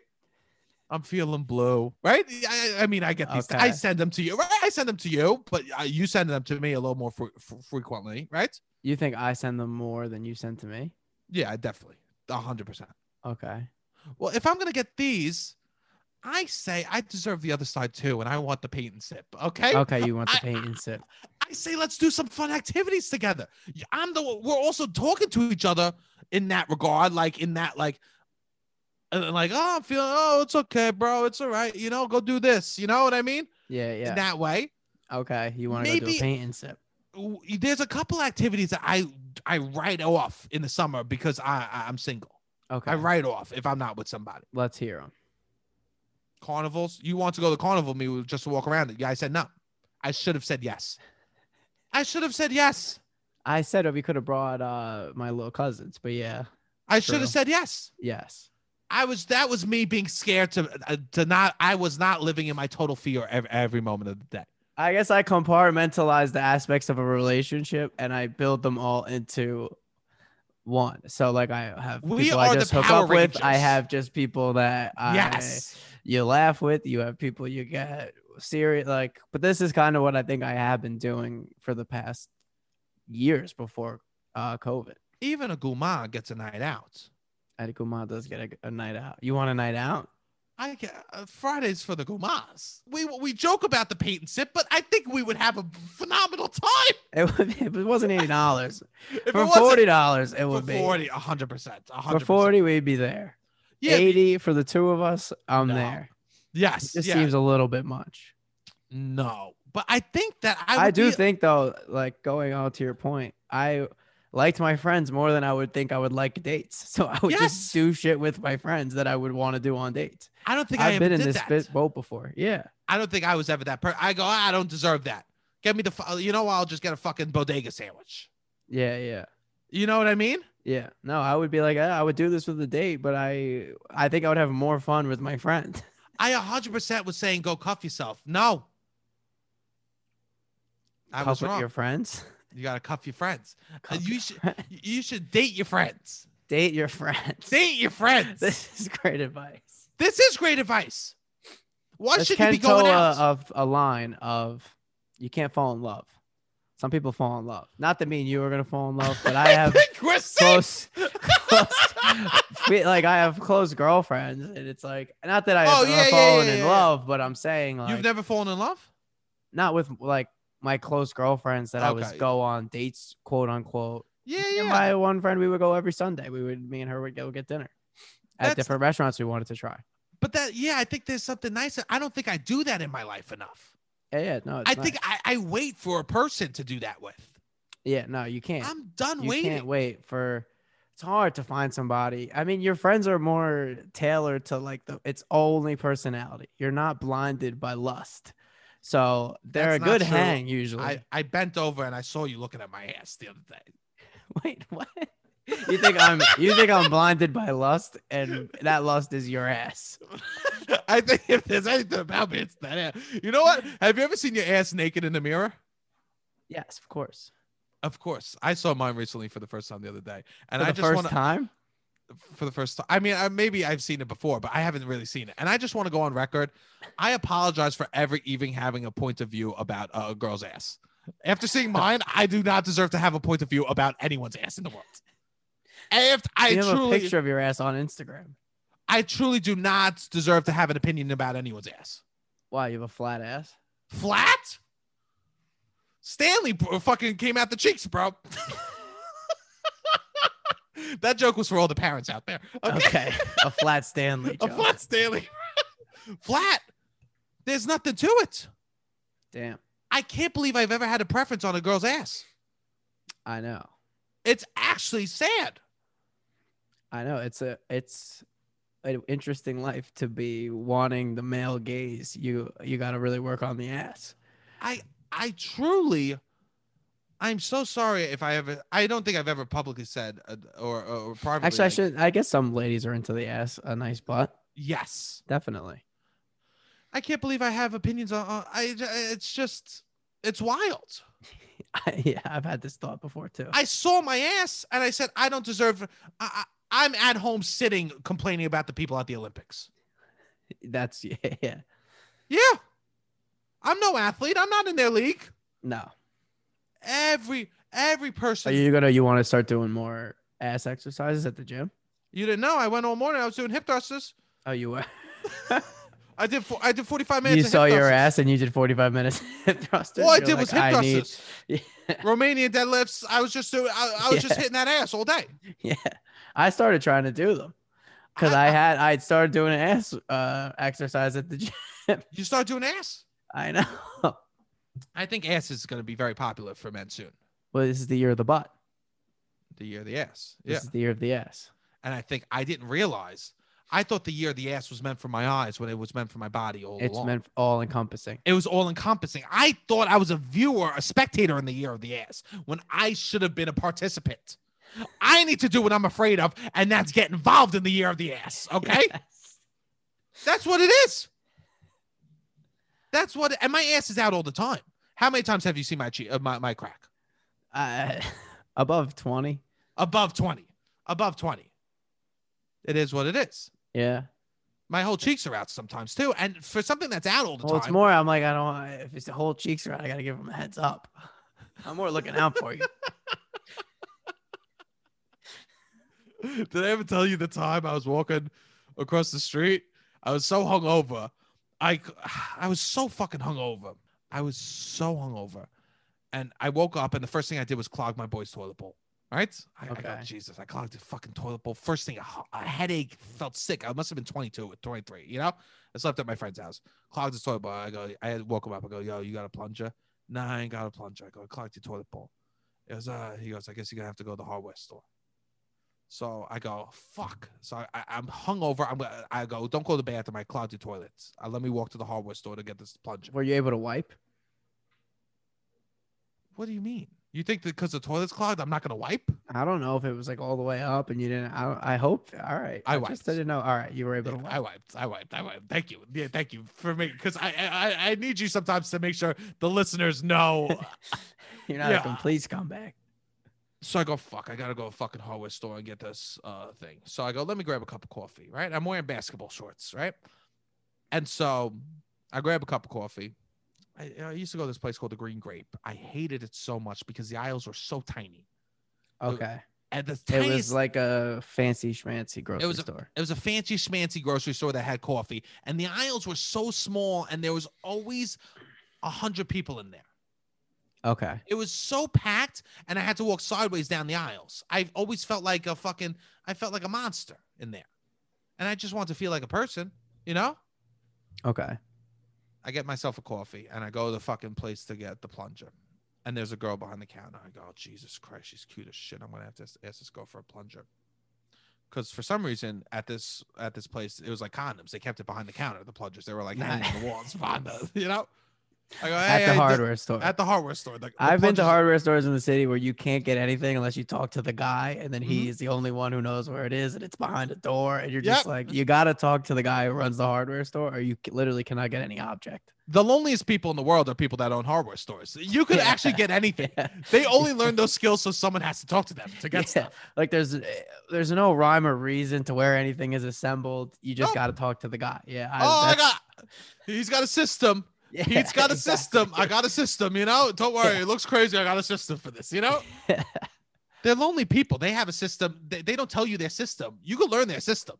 A: I'm feeling blue, right? I, I- I mean, I get these. I
B: Okay.
A: send them to you, right? I send them to you, but uh, you send them to me a little more fre- fre- frequently, right?
B: You think I send them more than you send to me?
A: Yeah, definitely, a hundred percent.
B: Okay.
A: Well, if I'm gonna get these, I say I deserve the other side too, and I want the paint and sip, okay?
B: Okay, you want the
A: I-
B: paint and sip.
A: I say let's do some fun activities together. Y- I'm the one- we're also talking to each other in that regard, like in that like and then like oh I'm feeling oh it's okay bro it's all right you know go do this you know what I mean
B: Yeah, yeah.
A: in that way.
B: okay, you want to go do a
A: Maybe-
B: paint and sip.
A: W- There's a couple activities that I I write off in the summer because I, I I'm single.
B: Okay,
A: I write off if I'm not with somebody.
B: let's hear them.
A: Carnivals, you want to go to carnival with me just to walk around it? Yeah, I said no. I should have said yes. I should have said yes.
B: I said we could have brought uh my little cousins, but yeah,
A: I should
B: True.
A: have said yes.
B: yes.
A: I was that was me being scared to uh, to not I was not living in my total fear every, every moment of the day.
B: I guess I compartmentalize the aspects of a relationship and I build them all into one. So like I have
A: We
B: people
A: are
B: I
A: the
B: just hook
A: Power
B: up with. I
A: Rangers.
B: have just people that I
A: yes.
B: you laugh with. You have people you get serious like. But this is kind of what I think I have been doing for the past years before uh, COVID.
A: Even a gourmand gets a night out.
B: Eddie Kumar does get a, a night out. You want a night out?
A: I get, uh, Fridays for the gourmands. We we joke about the paint and sip, but I think we would have a phenomenal time
B: It, would, if it wasn't eighty dollars
A: <laughs> if
B: for
A: it wasn't
B: forty dollars. It
A: for
B: would be
A: 40, 100%, 100%.
B: for forty. We'd be there.
A: Yeah,
B: Eighty for the two of us. I'm
A: No.
B: there. It
A: yes.
B: just
A: yeah.
B: seems a little bit much.
A: no. But I think that I,
B: I,
A: would
B: do
A: be-
B: think though, like going on to your point, I liked my friends more than I would think I would like dates. <laughs> So I would
A: Yes.
B: just do shit with my friends that I would want to do on dates.
A: I don't think I
B: I've
A: ever
B: been in
A: did
B: this
A: that.
B: fit boat before. Yeah.
A: I don't think I was ever that person. I go, "Ah, I don't deserve that. Get me the, fu- you know, I'll just get a fucking bodega sandwich.
B: Yeah. Yeah.
A: You know what I mean?
B: Yeah. No, I would be like, "Ah, I would do this with a date, but I I think I would have more fun with my friend.
A: I 100% was saying go cuff yourself. No.
B: <laughs>
A: I
B: Cuff
A: was
B: with
A: wrong.
B: your friends.
A: You got to cuff your friends.
B: <laughs> Cuff
A: you
B: your
A: should-
B: friend.
A: Y- You should date your friends.
B: date your friends.
A: Date your friends. this,
B: <laughs> This is great advice.
A: is great advice. Why
B: That's
A: should
B: Ken
A: you be going
B: Toa uh,
A: out?
B: of a line of you can't fall in love. Some people fall in love. Not that me and you are gonna fall in love, but I
A: <laughs>
B: have <laughs>
A: think we're safe.
B: close, close <laughs> fe- like I have close girlfriends, and it's like not that I
A: Oh,
B: have
A: yeah, yeah,
B: fallen
A: yeah,
B: in
A: yeah, yeah.
B: love, but I'm saying like
A: You've never fallen in love?
B: not with like my close girlfriends that I was
A: Okay.
B: go on dates, quote unquote.
A: Yeah,
B: Me
A: yeah.
B: And my one friend, we would go every Sunday. We would me and her would go get dinner
A: That's-
B: at different restaurants we wanted to try.
A: but that, yeah, I think there's something nice. I don't think I do that in my life enough.
B: Yeah, yeah, no, it's
A: I
B: nice.
A: think I, I wait for a person to do that with.
B: yeah, no, you can't.
A: I'm done
B: you
A: waiting.
B: can't wait for it's hard to find somebody i mean your friends are more tailored to like the it's only personality you're not blinded by lust so they're
A: That's
B: a
A: not
B: good
A: true.
B: hang usually
A: I, I bent over and I saw you looking at my ass the other day.
B: <laughs> wait what you think <laughs> i'm you think i'm blinded by lust and that lust is your ass
A: <laughs> I think if there's anything about me, it's that ass. You know what? Have you ever seen your ass naked in the mirror?
B: yes of course
A: Of course, I saw mine recently for the first time the other day, and
B: for
A: I
B: the
A: just
B: first
A: want to
B: time
A: for the first time. I mean, I, maybe I've seen it before, but I haven't really seen it. And I just want to go on record. I apologize for ever even having a point of view about a girl's ass. After seeing mine, I do not deserve to have a point of view about anyone's ass in the world. After, I
B: you have a
A: truly,
B: picture of your ass on instagram
A: I truly do not deserve to have an opinion about anyone's ass.
B: wow you have a flat ass
A: Flat. Stanley bro, fucking came out the cheeks, bro. <laughs> that joke was for all the parents out there. Okay.
B: okay a flat stanley
A: <laughs> A
B: joke.
A: flat Stanley. flat. There's nothing to it.
B: damn
A: I can't believe I've ever had a preference on a girl's ass.
B: i know
A: It's actually sad.
B: I know it's a it's an interesting life to be wanting the male gaze. You you got to really work on the ass.
A: I I truly I'm so sorry if I ever I don't think I've ever publicly said uh, or, or or privately.
B: Actually, I
A: like,
B: should. I guess some ladies are into the ass. A nice butt,
A: Yes.
B: definitely. <laughs>
A: I can't believe I have opinions on, on I it's just it's wild.
B: I, yeah, I've had this thought before too.
A: I saw my ass and I said I don't deserve I, I I'm at home sitting complaining about the people at the Olympics.
B: That's <laughs> yeah, yeah.
A: Yeah. I'm no athlete. I'm not in their league.
B: No,
A: Every every
B: are
A: person you-,
B: you gonna you want to start doing more ass exercises at the gym?
A: didn't know. I went all morning. I was doing hip thrusters.
B: Oh, you were.
A: <laughs> I did fo- I did 45 minutes.
B: you
A: of
B: saw
A: hip
B: your
A: thrusters.
B: ass and you did 45 minutes <laughs> hip thrusters.
A: All I
B: You're
A: did was hip
B: like, I need-
A: thrusters. <laughs> Romanian deadlifts. I was just doing. I, I was just
B: Yeah.
A: hitting that ass all day.
B: <laughs> Yeah, I started trying to do them because
A: I-
B: I, had I had started doing an ass uh, exercise at the gym. <laughs>
A: You start doing ass.
B: I know. <laughs>
A: I think ass is going to be very popular for men soon.
B: Well, this is the year of the butt.
A: The year of the ass.
B: This
A: Yeah.
B: is the year of the ass.
A: And I think I didn't realize. I thought the year of the ass was meant for my eyes when it was meant for my body all
B: It's
A: along.
B: meant all encompassing.
A: It was all encompassing. I thought I was a viewer, a spectator in the year of the ass when I should have been a participant. I need to do what I'm afraid of, and that's get involved in the year of the ass. <laughs>
B: <laughs>
A: Okay. that's what it is. That's what, and my ass is out all the time. How many times have you seen my che- uh, my, my crack?
B: Uh, <laughs> above 20.
A: Above 20. Above 20. It is what it is.
B: Yeah.
A: My whole cheeks are out sometimes too. And for something that's out all the
B: Well, it's
A: time,
B: more. I'm like, I don't. want If it's the whole cheeks are out, I gotta give them a heads up. <laughs> I'm more looking out for you. <laughs>
A: Did I ever tell you the time I was walking across the street? I was so hungover. I c- I was so fucking hungover. I was so hungover. And I woke up and the first thing I did was clog my boy's toilet bowl. All right? I, I go,
B: Okay.
A: Jesus, I clogged the fucking toilet bowl. First thing, a, hu- a headache, felt sick. I must have been 22 or 23, you know? I slept at my friend's house. Clogged the toilet bowl. I go, I had- woke him up. I go, yo, you got a plunger? Nah, I ain't got a plunger. I go, I clogged your toilet bowl. It was, uh, he goes, I guess you're gonna have to go to the hardware store. So I go, fuck. So I, I, I'm hungover. I'm, gonna- I go, don't go to the bathroom. I clogged your toilets. Uh, let me walk to the hardware store to get this plunger.
B: Were you able to wipe?
A: What do you mean? You think that because the toilet's clogged, I'm not gonna wipe?
B: I don't know if it was like all the way up and you didn't. I, I hope. All right.
A: I
B: just
A: wiped.
B: didn't know. All right. You were able to.
A: I wiped. I wiped. I wiped. Thank you. Yeah, thank you for me because I, I I- I need you sometimes to make sure the listeners know.
B: You're not
A: Yeah.
B: a complete scumbag.
A: so I go fuck. I gotta go to a fucking hardware store and get this uh thing. So I go. Let me grab a cup of coffee. Right. I'm wearing basketball shorts. Right. And so I grab a cup of coffee. I, I used to go to this place called the Green Grape. I hated it so much because the aisles were so tiny. Uh,
B: Okay.
A: And the
B: It
A: tiniest
B: was like a fancy schmancy grocery
A: was a-
B: store.
A: It was a fancy schmancy grocery store that had coffee, and the aisles were so small, and there was always a hundred people in there.
B: Okay.
A: It was so packed, and I had to walk sideways down the aisles. I've always felt like a fucking, I felt like a monster in there, and I just want to feel like a person, you know.
B: Okay.
A: I get myself a coffee, and I go to the fucking place to get the plunger. And there's a girl behind the counter. I go, oh, Jesus Christ, she's cute as shit. I'm gonna have to ask ask this girl for a plunger. Because for some reason at this at this place, it was like condoms. They kept it behind the counter. The plungers they were like hanging on the walls <laughs> behind the, you know. I go,
B: At
A: "Hey,
B: the
A: hey,
B: hardware store.
A: at the hardware store. The, the
B: I've been to
A: plungers-
B: hardware stores in the city where you can't get anything unless you talk to the guy, and then he is the only one who knows where it is, and it's behind a door, and you're just
A: Mm-hmm. Yep.
B: like, you gotta talk to the guy who runs the hardware store, or you c- literally cannot get any
A: <laughs>
B: object.
A: The loneliest people in the world are people that own hardware stores. You
B: <laughs>
A: could
B: Yeah.
A: actually get anything. They only learn those skills so someone has to talk to them to get
B: Yeah.
A: stuff.
B: like there's eh, there's no rhyme or reason to where anything is assembled. You just
A: Nope.
B: gotta talk to the guy. Yeah.
A: oh, I
B: that's-
A: got. He's got a system.
B: <laughs> Yeah,
A: Pete's got
B: <laughs>
A: a
B: exactly.
A: system. I got a system, you know? Don't worry. It looks crazy. I got a system for this,
B: <laughs>
A: you know? They're lonely people. They have a system. They, they don't tell you their system. You can learn their system.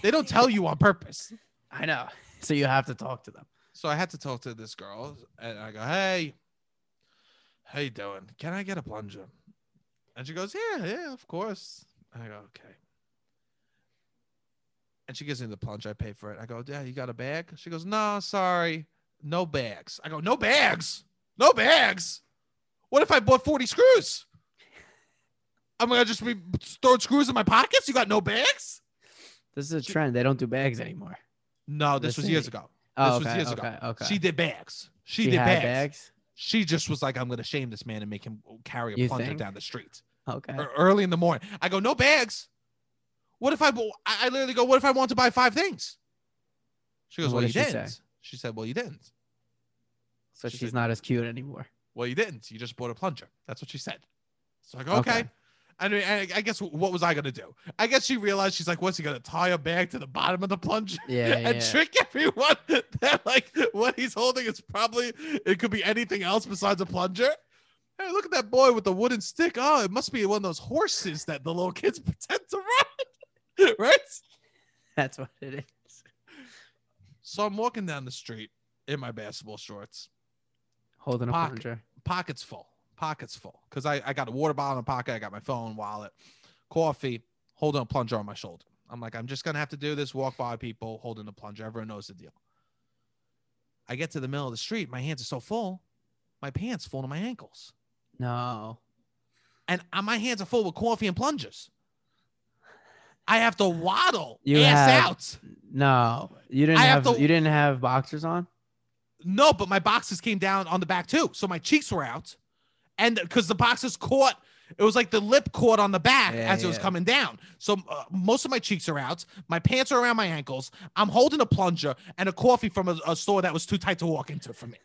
A: They don't tell you on purpose.
B: I know. So you have to talk to them.
A: So I had to talk to this girl and I go, Hey, how you doing? Can I get a plunger? And she goes, Yeah, yeah, of course. I go, Okay. And she gives me the plunger. I pay for it. I go, Yeah, you got a bag? She goes, No, sorry. No bags. I go, No bags. No bags. What if I bought 40 screws? I'm gonna just be throwing screws in my pockets. You got no bags?
B: This is a trend. They don't do bags anymore.
A: No, this
B: The
A: was years
B: city.
A: ago.
B: Oh,
A: was
B: okay,
A: years ago.
B: okay, okay.
A: She did bags. She,
B: She
A: did
B: had
A: bags. she just was like, I'm gonna shame this man and make him carry a
B: You
A: plunger
B: think?
A: down the street
B: Okay.
A: or early in the morning. I go, no bags. What if I? bo- I I literally go, what if I want to buy five things? She goes,
B: And what
A: well, you
B: did she say?
A: didn't. She said, well, you didn't.
B: So
A: she
B: she's
A: said-
B: not as cute
A: <laughs>
B: anymore.
A: Well, you didn't. You just bought a plunger. That's what she said. So I go, okay.
B: Okay.
A: I mean, I, I guess what was I gonna do? I guess she realized she's like, what's he gonna tie a bag to the bottom of the plunger?
B: Yeah.
A: and
B: yeah.
A: trick <laughs> everyone that like what he's holding is probably it could be anything else besides a plunger. Hey, look at that boy with the wooden stick. Oh, it must be one of those horses that the little kids <laughs> pretend to ride, <laughs> right?
B: That's what it is.
A: So I'm walking down the street in my basketball shorts,
B: Holding a
A: Pocket.
B: plunger.
A: pockets full, pockets full, because I, I got a water bottle in my pocket, I got my phone, wallet, coffee, holding a plunger on my shoulder. I'm like, I'm just gonna have to do this. Walk by people holding the plunger. Everyone knows the deal. I get to the middle of the street. My hands are so full, my pants full to my ankles,
B: No.
A: and uh, my hands are full with coffee and plungers. I have to waddle
B: You
A: ass
B: have-
A: out.
B: No. You didn't
A: I
B: have,
A: have to-
B: you didn't have boxers on?
A: No, but my boxes came down on the back too, so my cheeks were out, and because the boxes caught, it was like the lip caught on the back
B: Yeah,
A: as it was
B: yeah.
A: coming down. So uh, most of my cheeks are out, my pants are around my ankles. I'm holding a plunger and a coffee from a, a store that was too tight to walk into for me,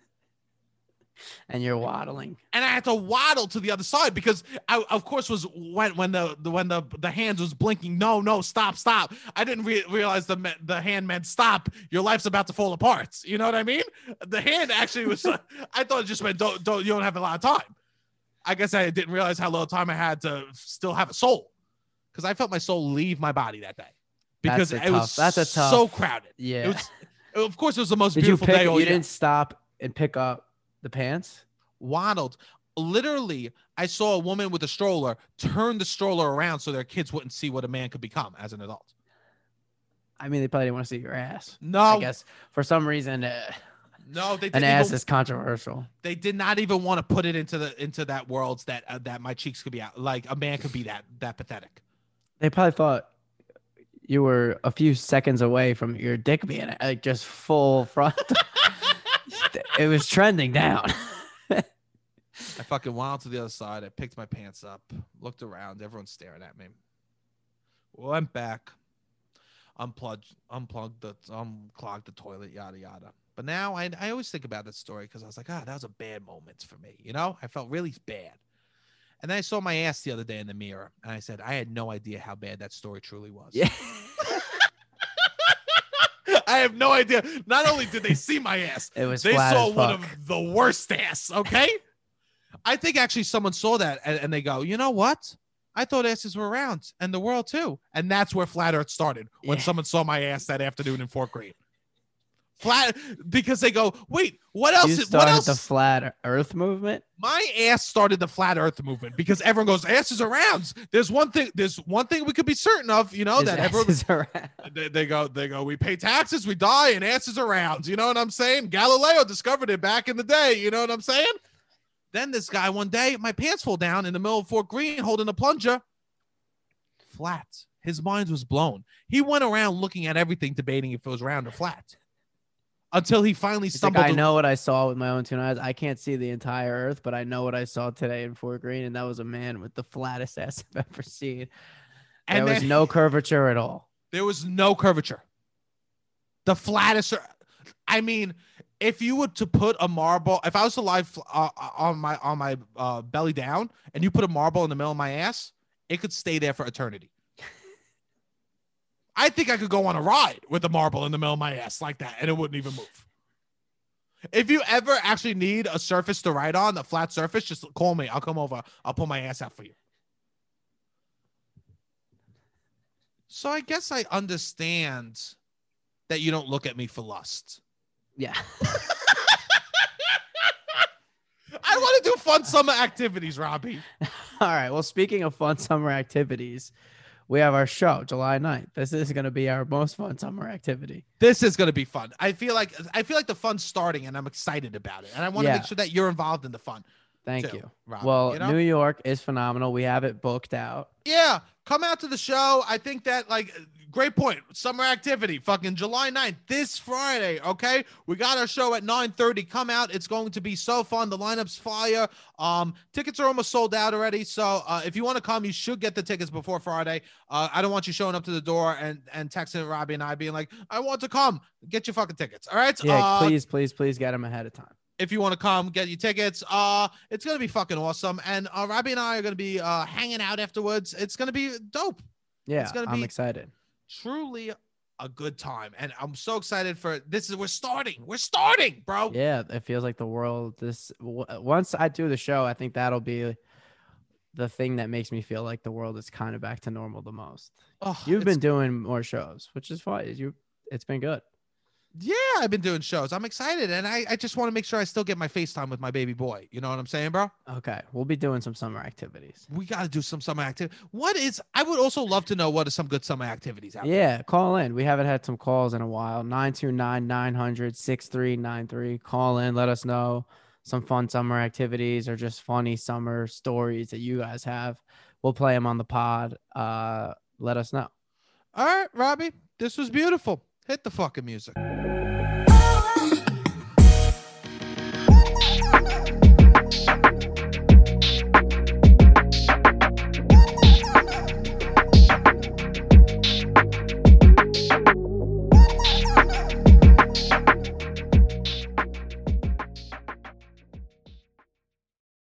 B: And you're waddling.
A: and I had to waddle to the other side because I, of course, was when when the, the when the the hands was blinking. No, no, stop, stop. I didn't re- realize the me- the hand meant stop. Your life's about to fall apart. You know what I mean? The hand actually was. <laughs> I thought it just meant don't don't you don't have a lot of time. I guess I didn't realize how little time I had to still have a soul, because I felt my soul leave my body that day because
B: That's
A: it
B: a
A: was
B: tough- that's a tough-
A: so crowded.
B: Yeah.
A: It was, of course, it was the most
B: Did you
A: beautiful
B: pick
A: day.
B: you
A: All year.
B: didn't stop and pick up the pants?
A: waddled. Literally, I saw a woman with a stroller turn the stroller around so their kids wouldn't see what a man could become as an adult.
B: I mean, they probably didn't want to see your ass. I
A: No,
B: guess for some reason, uh,
A: no, they
B: an
A: didn't.
B: ass
A: even,
B: is controversial.
A: they did not even want to put it into the into that world that uh, that my cheeks could be out. Like a man could be that that pathetic. <laughs>
B: They probably thought you were a few seconds away from your dick being like just full front. it was trending down.
A: I fucking went out to the other side. I picked my pants up, looked around. Everyone's staring at me. Went back, unplugged, unplugged the, unclogged the toilet, yada yada. But now I, I always think about that story because I was like, ah, that was a bad moment for me. You know, I felt really bad. And then I saw my ass the other day in the mirror, and I said, I had no idea how bad that story truly was.
B: Yeah.
A: <laughs> I have no idea. Not only did they see my ass,
B: It was
A: they
B: flat
A: saw
B: as
A: one
B: fuck.
A: of the worst ass. Okay. I think actually someone saw that and, and they go, you know what? I thought asses were round and the world too. And that's where flat earth started when
B: Yeah.
A: someone saw my ass that afternoon in fourth grade. Flat because they go, wait, what else?
B: You
A: is- what
B: started
A: else?
B: the flat Earth movement.
A: my ass started the flat earth movement because everyone goes, asses are rounds. There's one thing, there's one thing we could be certain of, you know,
B: His <laughs>
A: that everyone
B: asses are out.
A: they, they go they go we pay taxes we die and asses are round you know what i'm saying galileo discovered it back in the day you know what i'm saying then this guy one day my pants fall down in the middle of fort greene holding a plunger flat his mind was blown he went around looking at everything debating if it was round or flat until he finally
B: He's like,
A: stumbled
B: I know what I saw with my own two eyes. I can't see the entire Earth, but I know what I saw today in Fort Greene, and that was a man with the flattest ass <laughs> I've ever seen.
A: and
B: there
A: then
B: was no curvature at all.
A: there was no curvature the flattest i mean if you were to put a marble if i was to lie fl- uh, uh, on my on my uh, belly down and you put a marble in the middle of my ass it could stay there for eternity i think i could go on a ride with a marble in the middle of my ass like that and it wouldn't even move if you ever actually need a surface to ride on a flat surface just call me i'll come over i'll pull my ass out for you so i guess i understand that you don't look at me for lust
B: Yeah. <laughs>
A: <laughs> I want to do fun summer activities, Robbie.
B: All right. Well, speaking of fun summer activities, we have our show July 9th. This is going to be our most fun summer activity.
A: This is going to be fun. I feel like I feel like the fun's starting, and I'm excited about it. And I want to
B: Yeah.
A: make sure that you're involved in the fun.
B: Thank
A: too,
B: you.
A: Robbie,
B: Well,
A: you know?
B: New York is phenomenal. We have it booked out.
A: yeah, come out to the show. I think that like great point. Summer activity, fucking July 9th, this Friday. Okay, we got our show at 9:30. Come out. It's going to be so fun. The lineup's fire. Um, tickets are almost sold out already. So uh, if you want to come, you should get the tickets before Friday. Uh, I don't want you showing up to the door and and texting Robbie and I being like, I want to come. Get your fucking tickets. All right.
B: Yeah.
A: Uh,
B: please, please, please get them ahead of time.
A: if you want to come get your tickets uh it's gonna be fucking awesome and uh, robbie and i are gonna be uh hanging out afterwards it's gonna be dope
B: Yeah.
A: It's gonna
B: I'm
A: be-
B: excited.
A: truly a good time and i'm so excited for this is we're starting we're starting bro
B: Yeah. It feels like the world, this, w- once I do the show, I think that'll be the thing that makes me feel like the world is kind of back to normal the most.
A: Ugh,
B: You've
A: it's-
B: been doing more shows, which is fine. You, it's been good.
A: yeah i've been doing shows i'm excited and i, I just want to make sure i still get my facetime with my baby boy you know what i'm saying bro
B: Okay. We'll be doing some summer activities.
A: we gotta do some summer activity what is i would also love to know what are some good summer activities out there.
B: Yeah, call in. We haven't had some calls in a while. 929 900 6393. Call in. Let us know some fun summer activities or just funny summer stories that you guys have. We'll play them on the pod. Uh, let us know.
A: all right robbie this was beautiful hit the fucking music
C: Thank you.